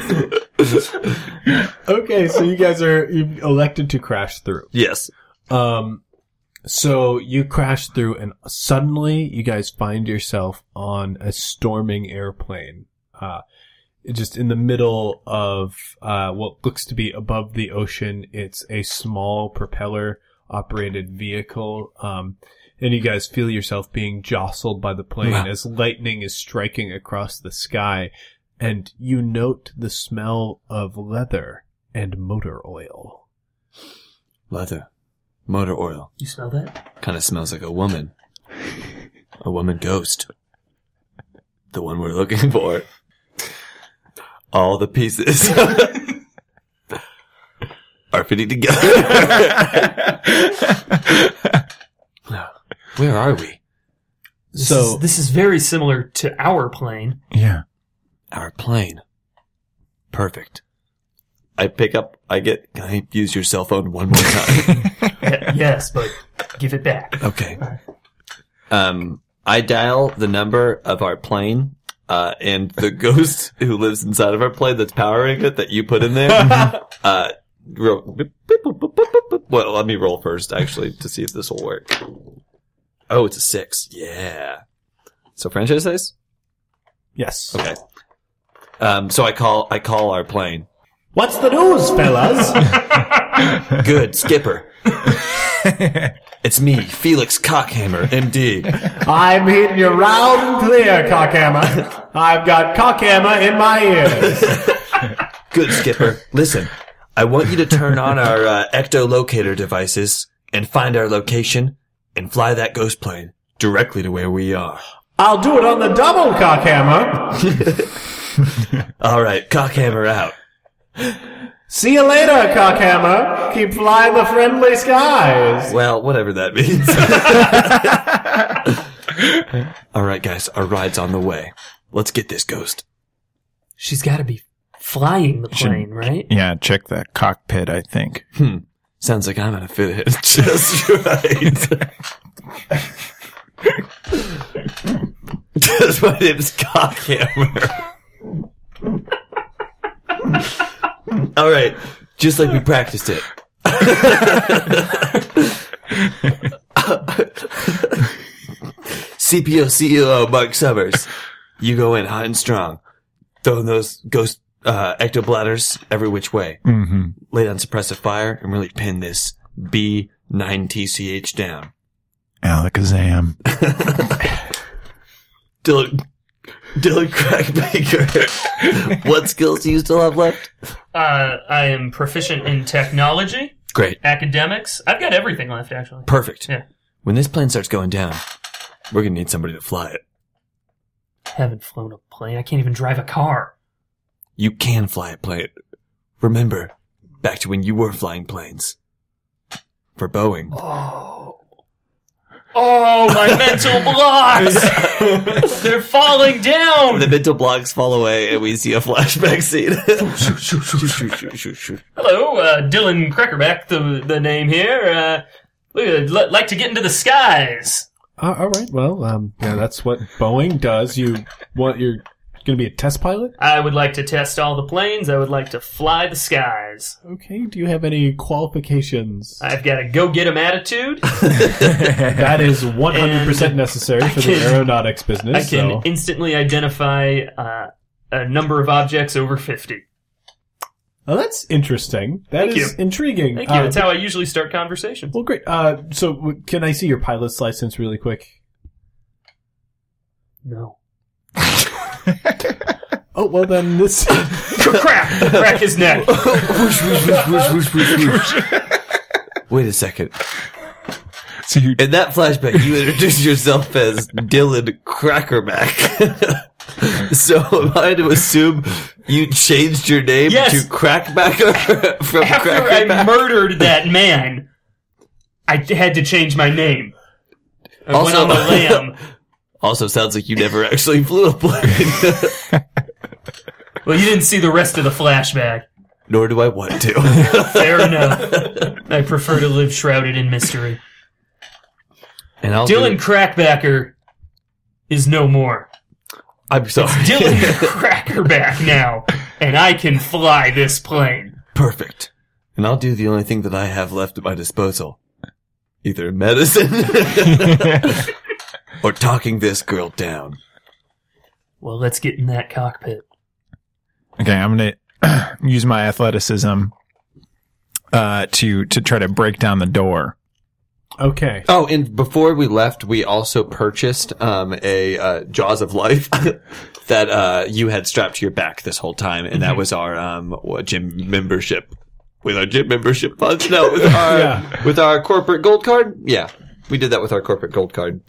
S5: through
S3: same thing.
S5: floor.
S1: okay, so you guys are you've elected to crash through.
S3: yes.
S1: Um, so you crash through, and suddenly you guys find yourself on a storming airplane, uh, just in the middle of uh, what looks to be above the ocean. It's a small propeller-operated vehicle, um, and you guys feel yourself being jostled by the plane
S3: Wow.
S1: as lightning is striking across the sky, and you note the smell of leather and motor oil.
S3: Leather. Motor oil.
S5: You smell that?
S3: Kind of smells like a woman. A woman ghost. The one we're looking for. All the pieces are fitting together. Where are we?
S5: This
S1: So-
S5: is, this is very similar to our plane.
S4: Yeah.
S3: Our plane. Perfect. I pick up, I get, can I use your cell phone one more time?
S5: Y- yes, but give it back.
S3: Okay. Um, I dial the number of our plane, uh, and the ghost who lives inside of our plane that's powering it that you put in there. uh, roll, boop, boop, boop, boop, boop, boop, boop. well, let me roll first actually to see if this will work. Oh, it's a six. Yeah. So franchise dice.
S1: Yes.
S3: Okay. Um, so I call I call our plane.
S6: What's the news, fellas?
S3: Good skipper. it's me, Felix Cockhammer, MD.
S6: I'm hitting you round and clear, Cockhammer. I've got Cockhammer in my ears.
S3: Good, Skipper. Listen, I want you to turn on our uh, ectolocator devices and find our location and fly that ghost plane directly to where we are.
S6: I'll do it on the double, Cockhammer.
S3: All right, cockhammer out.
S6: See you later, Cockhammer. Keep flying the friendly skies.
S3: Well, whatever that means. All right, guys, our ride's on the way. Let's get this ghost.
S5: She's got to be flying the plane, right?
S4: Yeah. Check the cockpit, I think.
S3: Sounds like I'm gonna fit it just right. Just my name's Cockhammer. All right, just like we practiced it. CPO CEO E Mark Summers. You go in hot and strong, throwing those ghost uh, ectobladders every which way.
S4: Mm-hmm.
S3: Lay down suppressive fire and really pin this B9TCH down.
S4: Alakazam.
S3: Dylan, Dylan Crackmaker. what skills do you still have left?
S5: Uh, I am proficient in technology,
S3: Great.
S5: academics. I've got everything left, actually.
S3: Perfect.
S5: Yeah.
S3: When this plane starts going down, we're going to need somebody to fly it.
S5: haven't flown a plane. I can't even drive a car.
S3: You can fly a plane. Remember, back to when you were flying planes. For Boeing.
S5: Oh, my mental blocks! They're falling down!
S3: The mental blocks fall away and we see a flashback scene.
S5: Hello, uh, Dylan Crackerback, the the name here. Uh, look, I'd li- like to get into the skies.
S1: Uh, all right. Well, um, yeah, that's what Boeing does. You want you're going to be a test pilot?
S5: I would like to test all the planes. I would like to fly the skies.
S1: Okay. Do you have any qualifications?
S5: I've got a go get 'em attitude.
S1: that is one hundred percent necessary for the
S5: can-
S1: aeronautics business.
S5: I
S1: so.
S5: can instantly identify uh, a number of objects over fifty.
S1: Oh, that's interesting. That is
S5: Thank
S1: intriguing.
S5: Thank you.
S1: Uh,
S5: That's how I usually start conversations.
S1: well, great. Uh, so, w- can I see your pilot's license really quick?
S5: No.
S1: Oh, well, then this.
S5: Crack! Crack his neck.
S3: Wait a second.
S4: So you
S3: In that flashback, you introduced yourself as Dylan Crackerback. so am I to assume you changed your name
S5: Yes.
S3: to Crackbacker from
S5: After I
S3: Crackerback?
S5: murdered that man, I had to change my name. I
S3: Also-
S5: went on the lamb.
S3: also sounds like you never actually flew a plane.
S5: Well, you didn't see the rest of the flashback.
S3: Nor do I want to.
S5: Fair enough. I prefer to live shrouded in mystery.
S3: and I'll
S5: Dylan
S3: do-
S5: Crackbacker is no more.
S3: I'm sorry.
S5: Dylan Crackerback now, and I can fly this plane.
S3: Perfect. And I'll do the only thing that I have left at my disposal. Either medicine or talking this girl down.
S5: Well, let's get in that cockpit.
S4: Okay, I'm gonna use my athleticism uh, to to try to break down the door.
S1: okay.
S3: Oh, and before we left, we also purchased um, a uh, Jaws of Life that uh, you had strapped to your back this whole time, and that was our um, what, gym membership. With our gym membership funds, no, with our
S1: Yeah.
S3: with our corporate gold card. Yeah, we did that with our corporate gold card.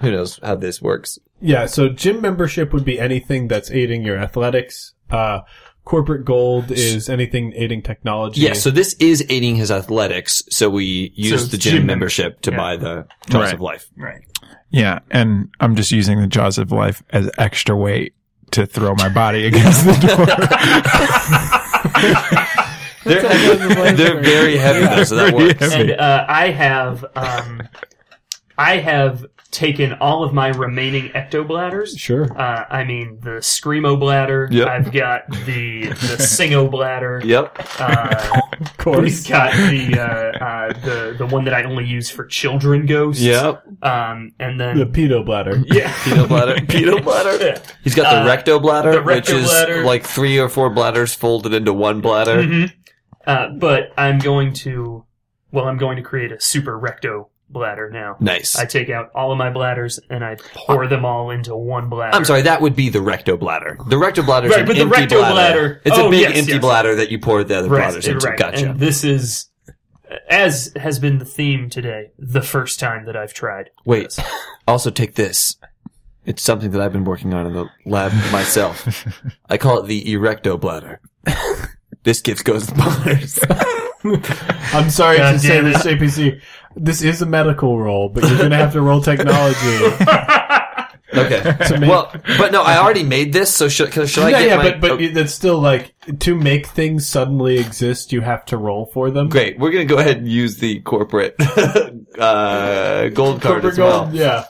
S3: Who knows how this works?
S1: Yeah, so gym membership would be anything that's aiding your athletics. Uh, corporate gold is anything aiding technology.
S3: Yeah, so this is aiding his athletics, so we use
S5: So
S3: the gym,
S5: gym
S3: membership to
S5: yeah.
S3: buy the Jaws
S4: Right.
S3: of Life.
S5: Right.
S4: Yeah, and I'm just using the jaws of life as extra weight to throw my body against the door.
S3: They're, they're very heavy though, so that
S4: Pretty
S3: works.
S4: heavy.
S5: And uh, I have, um, I have taken all of my remaining ectobladders.
S1: sure.
S5: Uh, I mean the screamo bladder.
S3: Yep.
S5: I've got the the singo bladder.
S3: Yep.
S5: Uh,
S1: Of course.
S5: We've got the uh, uh, the the one that I only use for children ghosts.
S3: Yep.
S5: Um, and then
S1: The pedo bladder.
S5: yeah,
S3: Pedo bladder. Pedo bladder.
S5: Yeah.
S3: He's got the
S5: Uh,
S3: recto bladder,
S5: the
S3: which
S5: recto
S3: is
S5: bladder.
S3: like three or four bladders folded into one bladder.
S5: Uh, but I'm going to well, I'm going to create a super recto bladder now.
S3: Nice.
S5: I
S3: I,
S5: take out all of my bladders and I pour them all into one bladder.
S3: am sorry, that would be the recto bladder. The recto bladder is
S5: Right,
S3: an
S5: but the
S3: empty
S5: recto bladder-
S3: It's a
S5: oh,
S3: big
S5: yes,
S3: empty
S5: yes.
S3: bladder that you pour the other bladders into.
S5: right.
S3: Gotcha.
S5: And this is as has been the theme today. The first time that I've tried.
S3: Wait.
S5: this.
S3: Also, take this. It's something that I've been working on in the lab myself. I call it the erecto bladder. this gift goes to Bonners.
S1: I'm sorry
S5: God
S1: to say
S5: damn it.
S1: this, APC. This is a medical role, but you're going to have to roll technology.
S3: okay. well, but no, I already made this, so should, can- should I
S1: yeah,
S3: get
S1: yeah,
S3: my...
S1: but, but
S3: oh,
S1: you- that's still like, to make things suddenly exist, you have to roll for them.
S3: great, we're going to go ahead and use the corporate uh, gold card
S1: Corporate
S3: as well.
S1: gold, yeah.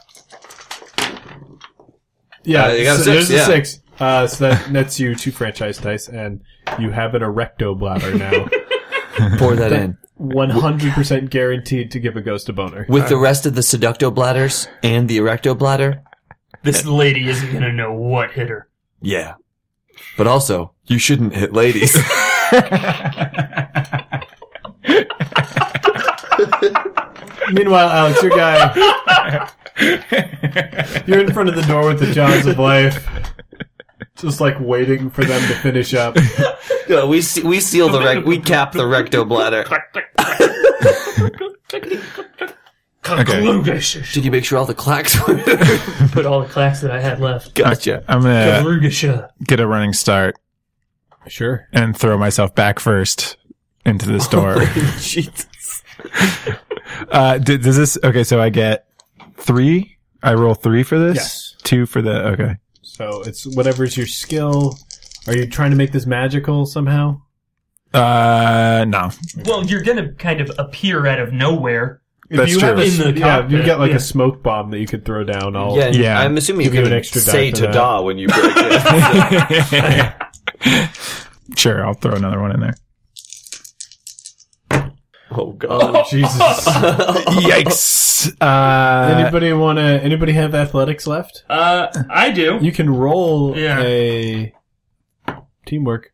S1: Yeah,
S3: Uh, you got a
S1: so
S3: six,
S1: there's
S3: yeah.
S1: a six. Uh, so that nets you two franchise dice, and you have an erecto bladder now.
S3: Pour that in.
S1: 100% guaranteed to give a ghost a boner.
S3: With the rest of the seducto bladders and the erecto bladder?
S5: This lady isn't going to know what hit her.
S3: Yeah. But also, you shouldn't hit ladies.
S1: Meanwhile, Alex, your guy, you're in front of the door with the jaws of life, just like waiting for them to finish up.
S3: No, we se- we seal the rec- we cap the recto bladder.
S5: Kalugasha.
S3: Did you make sure all the clacks?
S5: Put all the class that I had left.
S3: gotcha.
S4: I'm gonna
S5: Kalugasha.
S4: get a running start
S1: Sure.
S4: and throw myself back first into this door.
S3: Jesus.
S4: uh, d- does this? Okay, so I get three. I roll three for this.
S1: Yes.
S4: Two for the. Okay.
S1: So it's whatever's your skill. Are you trying to make this magical somehow?
S4: Uh, no.
S5: Well, you're going to kind of appear out of nowhere.
S4: That's
S1: if you Have
S4: true.
S1: a,
S5: In the
S1: yeah, if you
S5: cockpit,
S1: get like
S5: yeah.
S1: a smoke bomb that you could throw down. All
S3: Yeah,
S4: Yeah.
S3: I'm assuming you
S1: Give you
S3: can
S1: an extra die
S3: say
S1: for that.
S3: "ta-da" when you break it.
S4: sure, I'll throw another one in there.
S3: oh god.
S1: Jesus.
S4: Yikes! Uh,
S1: anybody want to? Anybody have athletics left?
S5: Uh, I do.
S1: You can roll
S5: Yeah.
S1: a teamwork.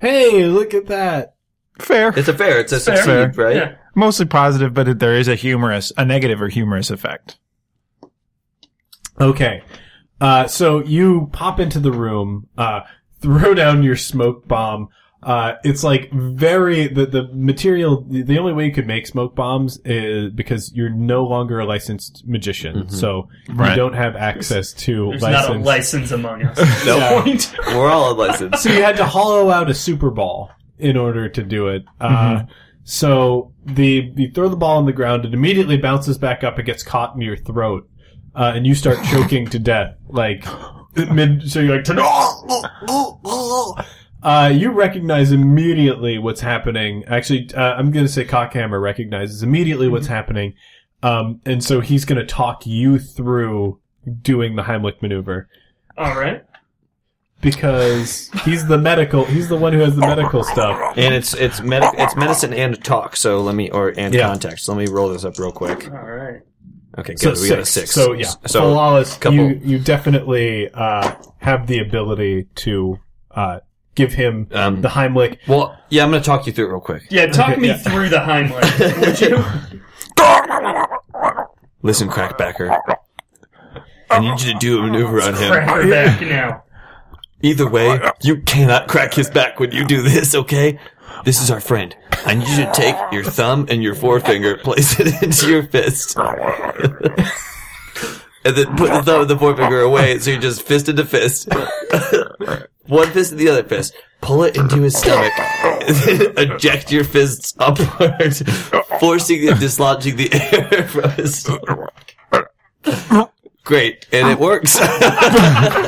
S1: Hey, look at that!
S4: fair.
S3: It's a fair. It's a
S5: Fair.
S3: succeed, right?
S5: Yeah.
S4: Mostly positive, but it, there is a humorous, a negative or humorous effect.
S1: Okay. Uh, so you pop into the room, uh, throw down your smoke bomb. Uh, it's like very, the, the material, the the only way you could make smoke bombs is because you're no longer a licensed magician. So
S4: Right.
S1: you don't have access to
S5: There's not a
S1: license.
S5: license among us.
S3: No
S1: Yeah.
S5: Point.
S3: We're all unlicensed.
S1: so you had to hollow out a super ball in order to do it. Uh, so the, you throw the ball on the ground, it immediately bounces back up, it gets caught in your throat. Uh, and you start choking to death, like mid. So you're like, Uh, you recognize immediately what's happening. Actually, uh, I'm going to say Cockhammer recognizes immediately what's happening. Um, and so he's going to talk you through doing the Heimlich maneuver
S5: All right.
S1: because he's the medical, he's the one who has the medical stuff.
S3: And it's it's medic it's medicine and talk. So let me or and
S1: Yeah.
S3: context. So let me roll this up real quick.
S5: All right.
S3: Okay, good.
S1: So
S3: we got a six.
S1: So yeah. So,
S3: So
S1: Lawless,
S3: couple-
S1: you, you definitely, uh, have the ability to, uh, give him
S3: Um,
S1: the Heimlich.
S3: well, yeah, I'm gonna talk you through it real quick.
S5: Yeah, talk
S1: Okay,
S5: me
S1: yeah.
S5: through the Heimlich, would you?
S3: Listen, crackbacker. I need you to do a maneuver on him.
S5: Crack her back now.
S3: Either way, you cannot crack his back when you do this, okay? This is our friend. I need you to take your thumb and your forefinger, place it into your fist. and then put the thumb and the forefinger away so you're just fist into fist. One fist in the other fist. Pull it into his stomach. And then eject your fists upward, forcing and dislodging the air from his stomach. Great. And it works.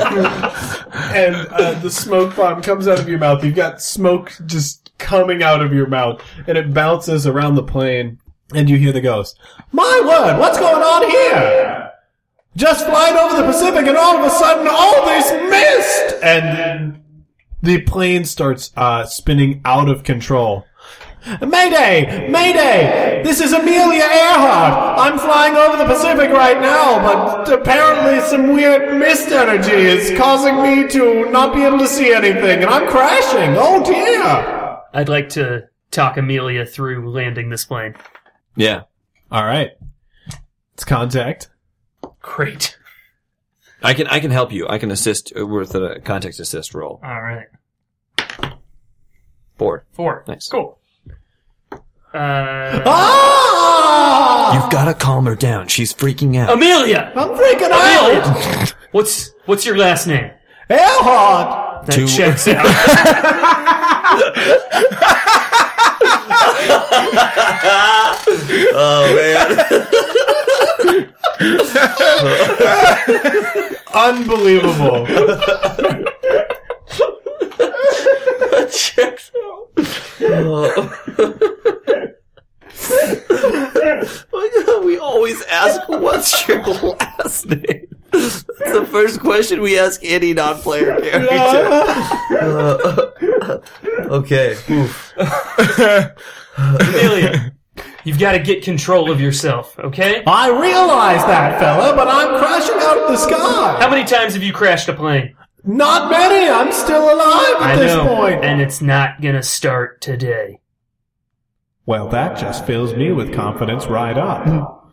S1: and uh, the smoke bomb comes out of your mouth. You've got smoke just coming out of your mouth, and it bounces around the plane, and you hear the ghost. My word, what's going on here? Just flying over the Pacific, and all of a sudden, all this mist, and then the plane starts uh, spinning out of control. Mayday! Mayday! This is Amelia Earhart! I'm flying over the Pacific right now, but apparently some weird mist energy is causing me to not be able to see anything, and I'm crashing! Oh dear!
S5: I'd like to talk Amelia through landing this plane.
S3: yeah.
S1: Alright. It's contact.
S5: Great.
S3: I can I can help you. I can assist with a context assist roll.
S5: All right.
S3: Four.
S5: Four.
S3: Nice.
S5: Cool. Uh,
S1: Ah!
S3: You've got to calm her down. She's freaking out.
S5: Amelia!
S1: I'm freaking out!
S5: Amelia! Oh. What's what's your last name?
S1: Earhart!
S5: That
S3: Two-
S5: checks out.
S3: oh man.
S1: Unbelievable.
S3: Checks out. Why do we always ask what's your last name? That's the first question we ask any non-player character. Uh, okay.
S5: Amelia, You've got to get control of yourself, okay?
S6: I realize that, fella, but I'm crashing out of the sky.
S5: How many times have you crashed a plane?
S6: Not many. I'm still alive at
S5: I
S6: this
S5: know,
S6: point.
S5: and it's not gonna start today.
S1: Well, that just fills me with confidence right up.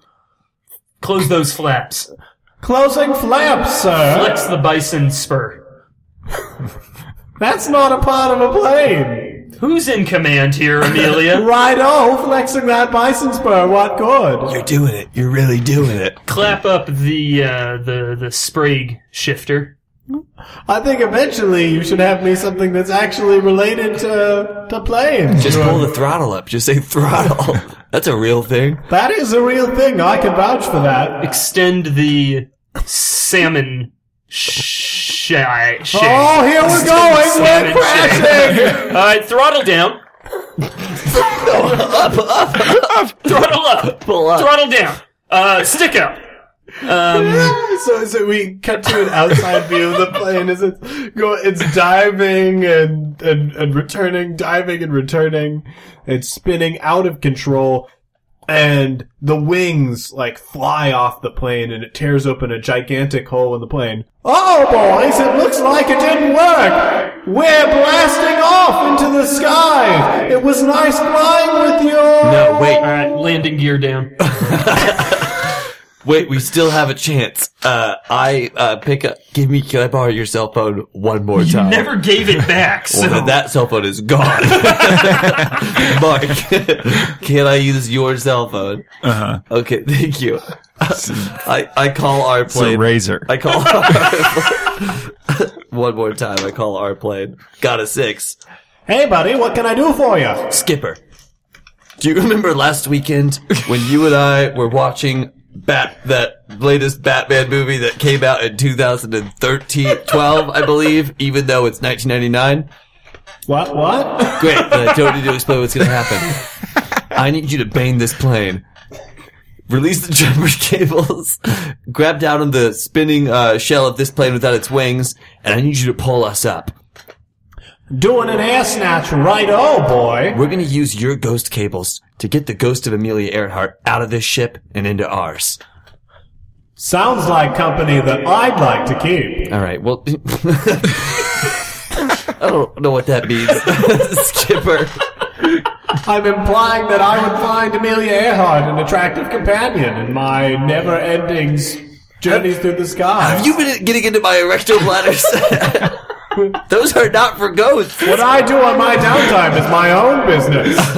S5: Close those flaps.
S6: Closing flaps, sir.
S5: Flex the bison spur.
S6: That's not a part of a plane.
S5: Who's in command here, Amelia?
S6: Right oh, flexing that bison spur. What good?
S3: You're doing it. You're really doing it.
S5: Clap up the uh, the the sprig shifter.
S6: I think eventually you should have me something that's actually related to to planes.
S3: Just pull the throttle up. Just say throttle. That's a real thing.
S6: That is a real thing. I can vouch for that.
S5: Extend the salmon shy. shay.
S6: Oh, here we're going. We're
S5: Salmon
S6: crashing.
S5: All right, throttle down. throttle up,
S3: Pull up.
S5: throttle down. Uh, stick up. Um,
S6: so, so we cut to an outside view of the plane as it's go, it's diving and, and and returning, diving and returning.
S1: It's spinning out of control, and the wings like fly off the plane, and it tears open a gigantic hole in the plane.
S6: Oh boys, it looks like it didn't work. We're blasting off into the sky. It was nice flying with you.
S3: No, wait.
S5: all right, landing gear down.
S3: Wait, we still have a chance. Uh, I uh, pick up. Give me. Can I borrow your cell phone one more
S5: You
S3: time?
S5: never gave it back, so
S3: Well, then that cell phone is gone. Mark, can I use your cell phone?
S4: Uh huh.
S3: Okay, thank you. I, I call our
S4: It's a
S3: plane.
S4: razor.
S3: I call our one more time. I call our plane. Got a six.
S6: Hey buddy, what can I do for you?
S3: Skipper, do you remember last weekend when you and I were watching Bat that latest Batman movie that came out in 2013, 12, I believe, even though it's 1999?
S6: What? What?
S3: Great, but I don't need to explain what's going to happen. I need you to bang this plane. Release the jumper cables, grab down on the spinning uh, shell of this plane without its wings, and I need you to pull us up.
S6: Doing an air snatch, right? Oh boy.
S3: We're going to use your ghost cables to get the ghost of Amelia Earhart out of this ship and into ours.
S6: Sounds like company that I'd like to keep.
S3: All right. Well, I don't know what that means, Skipper.
S6: I'm implying that I would find Amelia Earhart an attractive companion in my never-ending s- journeys through the sky.
S3: Have you been getting into my erectile bladders? Those are not for ghosts.
S6: What I do on my downtime is my own business.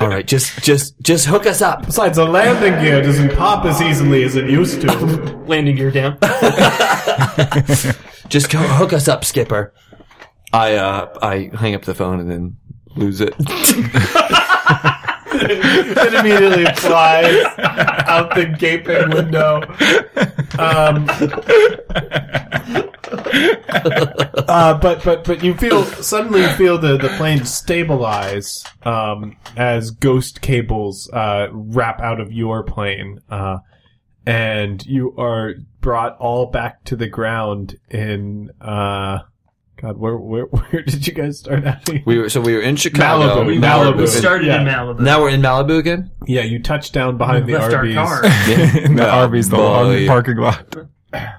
S3: All right, just just just hook us up.
S6: Besides, the landing gear doesn't pop as easily as it used to.
S5: landing gear down.
S3: Just go hook us up, Skipper. I uh I hang up the phone and then lose it.
S6: It immediately flies out the gaping window. Um,
S1: Uh, but but but you feel suddenly you feel the the plane stabilize um, as ghost cables uh, wrap out of your plane, uh, and you are brought all back to the ground in. Uh, God, where where where did you guys start out?
S3: We were so we were in Chicago.
S1: Malibu.
S3: We were-
S1: Malibu.
S5: We started
S1: Yeah.
S5: in Malibu.
S3: Now we're in Malibu again.
S1: Yeah, you touched down behind the
S5: left
S1: Arby's.
S5: our car.
S4: the Arby's, the whole
S3: boy.
S4: parking lot.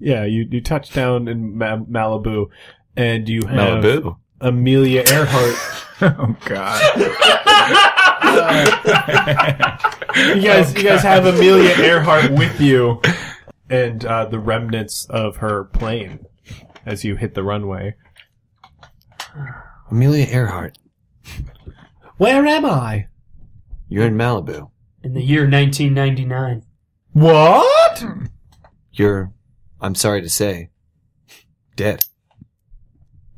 S1: Yeah, you you touched down in Ma- Malibu, and you have Amelia Earhart.
S4: Oh God.
S1: you guys, you guys have Amelia Earhart with you, and uh, the remnants of her plane as you hit the runway.
S3: Amelia Earhart.
S1: Where am I?
S3: You're in Malibu.
S5: In the year 1999.
S1: What?
S3: You're. I'm sorry to say. Dead.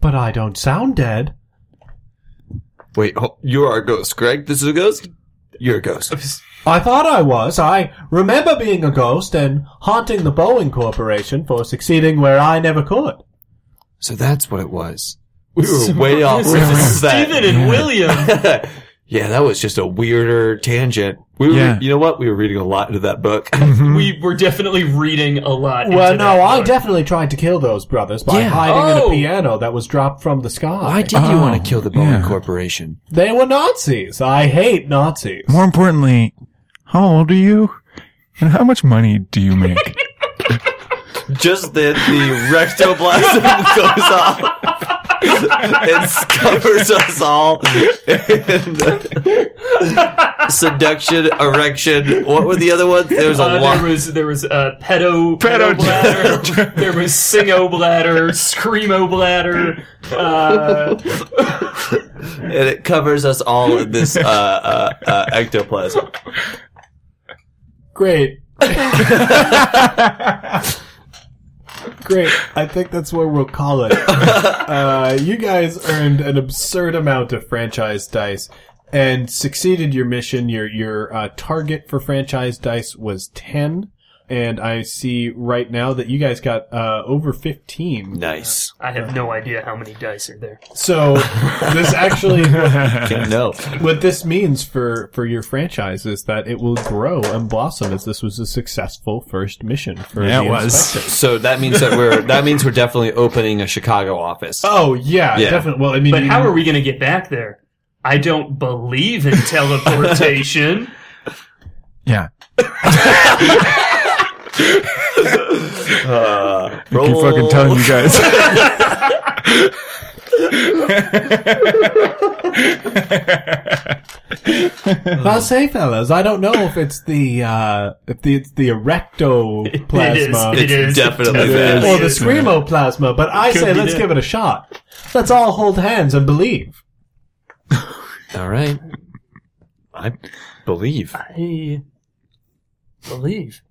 S1: But I don't sound dead.
S3: Wait, oh, you're our ghost, Greg. This is a ghost. You're a ghost.
S1: I thought I was. I remember being a ghost and haunting the Boeing Corporation for succeeding where I never could.
S3: So that's what it was. We were way off.
S5: This is Stephen and William.
S3: that. yeah, that was just a weirder tangent. We were,
S4: Yeah.
S3: you know what? We were reading a lot into that book.
S4: Mm-hmm.
S5: We were definitely reading a lot.
S6: Well,
S5: into
S6: no,
S5: that
S6: I
S5: book.
S6: definitely tried to kill those brothers by
S3: Yeah.
S6: hiding
S5: Oh.
S6: in a piano that was dropped from the sky.
S3: did
S4: you wanna kill the Boeing
S3: Corporation?
S6: They were Nazis. I hate Nazis.
S4: More importantly, how old are you? And how much money do you make?
S3: Just then, the rectoplasm goes off. it covers us all. And- seduction, erection. What were the other ones? There was a
S5: Uh,
S3: lot.
S5: there was there was uh, pedo
S4: Pedo-
S5: pedo bladder. there was singo bladder, screamo bladder. Uh,
S3: and it covers us all in this uh, uh, uh, ectoplasm.
S6: Great. Great. I think that's where we'll call it.
S7: Uh, you guys earned an absurd amount of franchise dice and succeeded your mission. Your your uh, target for franchise dice was ten, and I see right now that you guys got uh, over fifteen.
S3: Nice.
S5: I have no idea how many dice are there.
S7: So this actually
S3: No.
S7: what this means for for your franchise is that it will grow and blossom as this was a successful first mission for
S4: Yeah, it
S7: the
S4: was.
S7: Inspector.
S3: So that means that we're that means we're definitely opening a Chicago office.
S7: Oh yeah,
S3: Yeah.
S7: definitely. Well, I mean,
S5: But
S7: you-
S5: how are we going to get back there? I don't believe in teleportation.
S4: yeah.
S3: Uh,
S4: Keep
S3: roll-
S4: fucking telling you guys.
S6: I'll say, fellas, I don't know if it's the uh, if the it's the erectoplasma
S5: It is. It
S3: It's
S5: is
S3: definitely
S5: It
S3: that.
S5: is.
S6: or the screamoplasma, but I say
S5: be
S6: let's
S5: that.
S6: give it a shot. Let's all hold hands and believe.
S3: All right. I believe.
S5: I believe.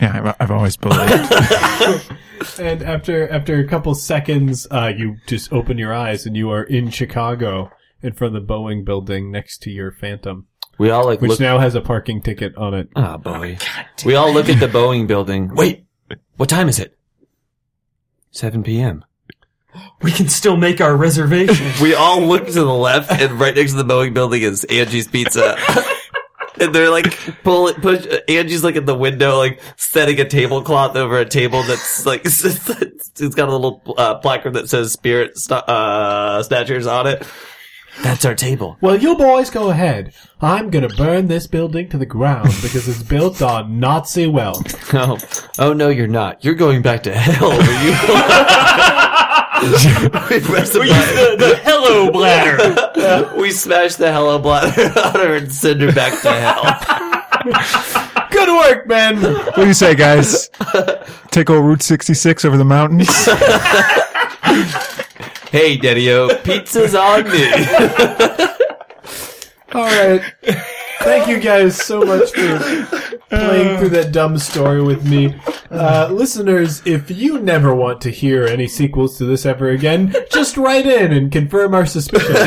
S4: yeah, I've, I've always believed.
S7: And after after a couple seconds, uh, you just open your eyes and you are in Chicago in front of the Boeing building next to your Phantom,
S3: We all like
S7: which
S3: look.
S7: now has a parking ticket on it.
S3: Ah, boy. we all look at the Boeing building. Wait, what time is it? 7 p.m.
S5: We can still make our reservation.
S3: We all look to the left, and right next to the Boeing building is Angie's Pizza. and they're like, pull it, push. Angie's like at the window, like setting a tablecloth over a table that's like, it's got a little uh, placard that says "Spirit Sta- uh, Snatchers" on it. That's our table.
S6: Well, you boys go ahead. I'm gonna burn this building to the ground because it's built on Nazi wealth.
S3: Oh, oh no, you're not. You're going back to hell. Are you? we press the
S5: the, the hello bladder.
S3: button. We smash the hello bladder on her and send her back to hell.
S6: Good work, men.
S4: what do you say, guys? Take old Route 66 over the mountains?
S3: hey, Daddy-O, pizza's on me.
S6: All right.
S7: Thank you guys so much for playing through that dumb story with me. Uh, listeners, if you never want to hear any sequels to this ever again, just write in and confirm our suspicions.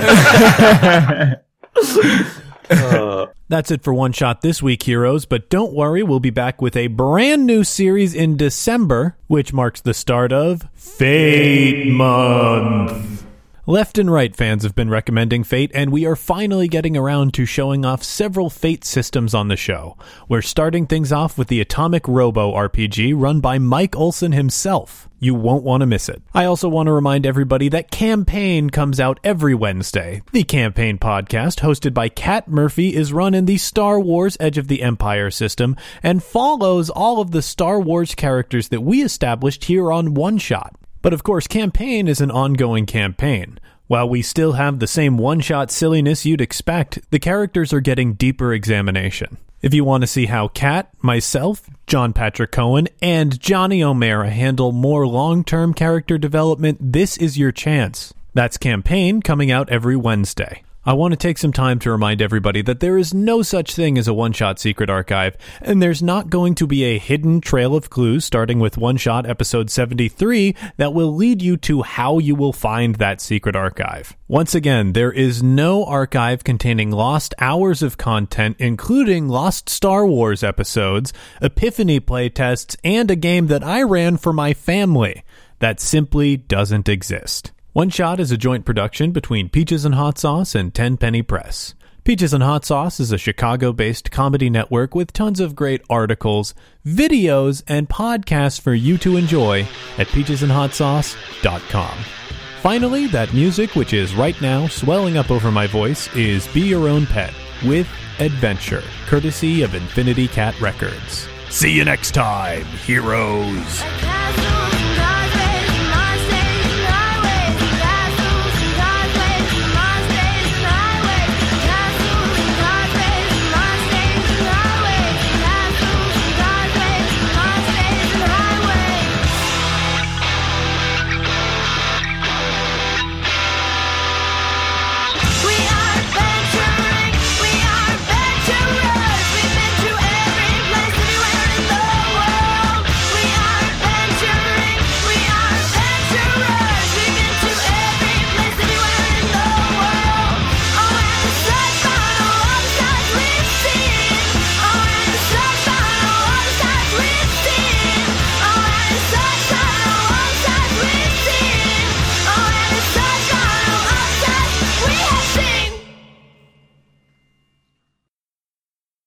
S1: That's it for One Shot this week, heroes, but don't worry, we'll be back with a brand new series in December, which marks the start of Fate Month. Left and right fans have been recommending Fate, and we are finally getting around to showing off several Fate systems on the show. We're starting things off with the Atomic Robo RPG run by Mike Olson himself. You won't want to miss it. I also want to remind everybody that Campaign comes out every Wednesday. The Campaign podcast, hosted by Kat Murphy, is run in the Star Wars Edge of the Empire system and follows all of the Star Wars characters that we established here on One Shot. But of course, campaign is an ongoing campaign. While we still have the same one shot silliness you'd expect, the characters are getting deeper examination. If you want to see how Kat, myself, John Patrick Cohen, and Johnny O'Mara handle more long term character development, this is your chance. That's Campaign coming out every Wednesday. I want to take some time to remind everybody that there is no such thing as a one shot secret archive, and there's not going to be a hidden trail of clues starting with one shot episode 73 that will lead you to how you will find that secret archive. Once again, there is no archive containing lost hours of content, including lost Star Wars episodes, Epiphany playtests, and a game that I ran for my family that simply doesn't exist. One Shot is a joint production between Peaches and Hot Sauce and Tenpenny Press. Peaches and Hot Sauce is a Chicago based comedy network with tons of great articles, videos, and podcasts for you to enjoy at peachesandhotsauce.com. Finally, that music, which is right now swelling up over my voice, is Be Your Own Pet with Adventure, courtesy of Infinity Cat Records. See you next time, heroes.
S2: Cause the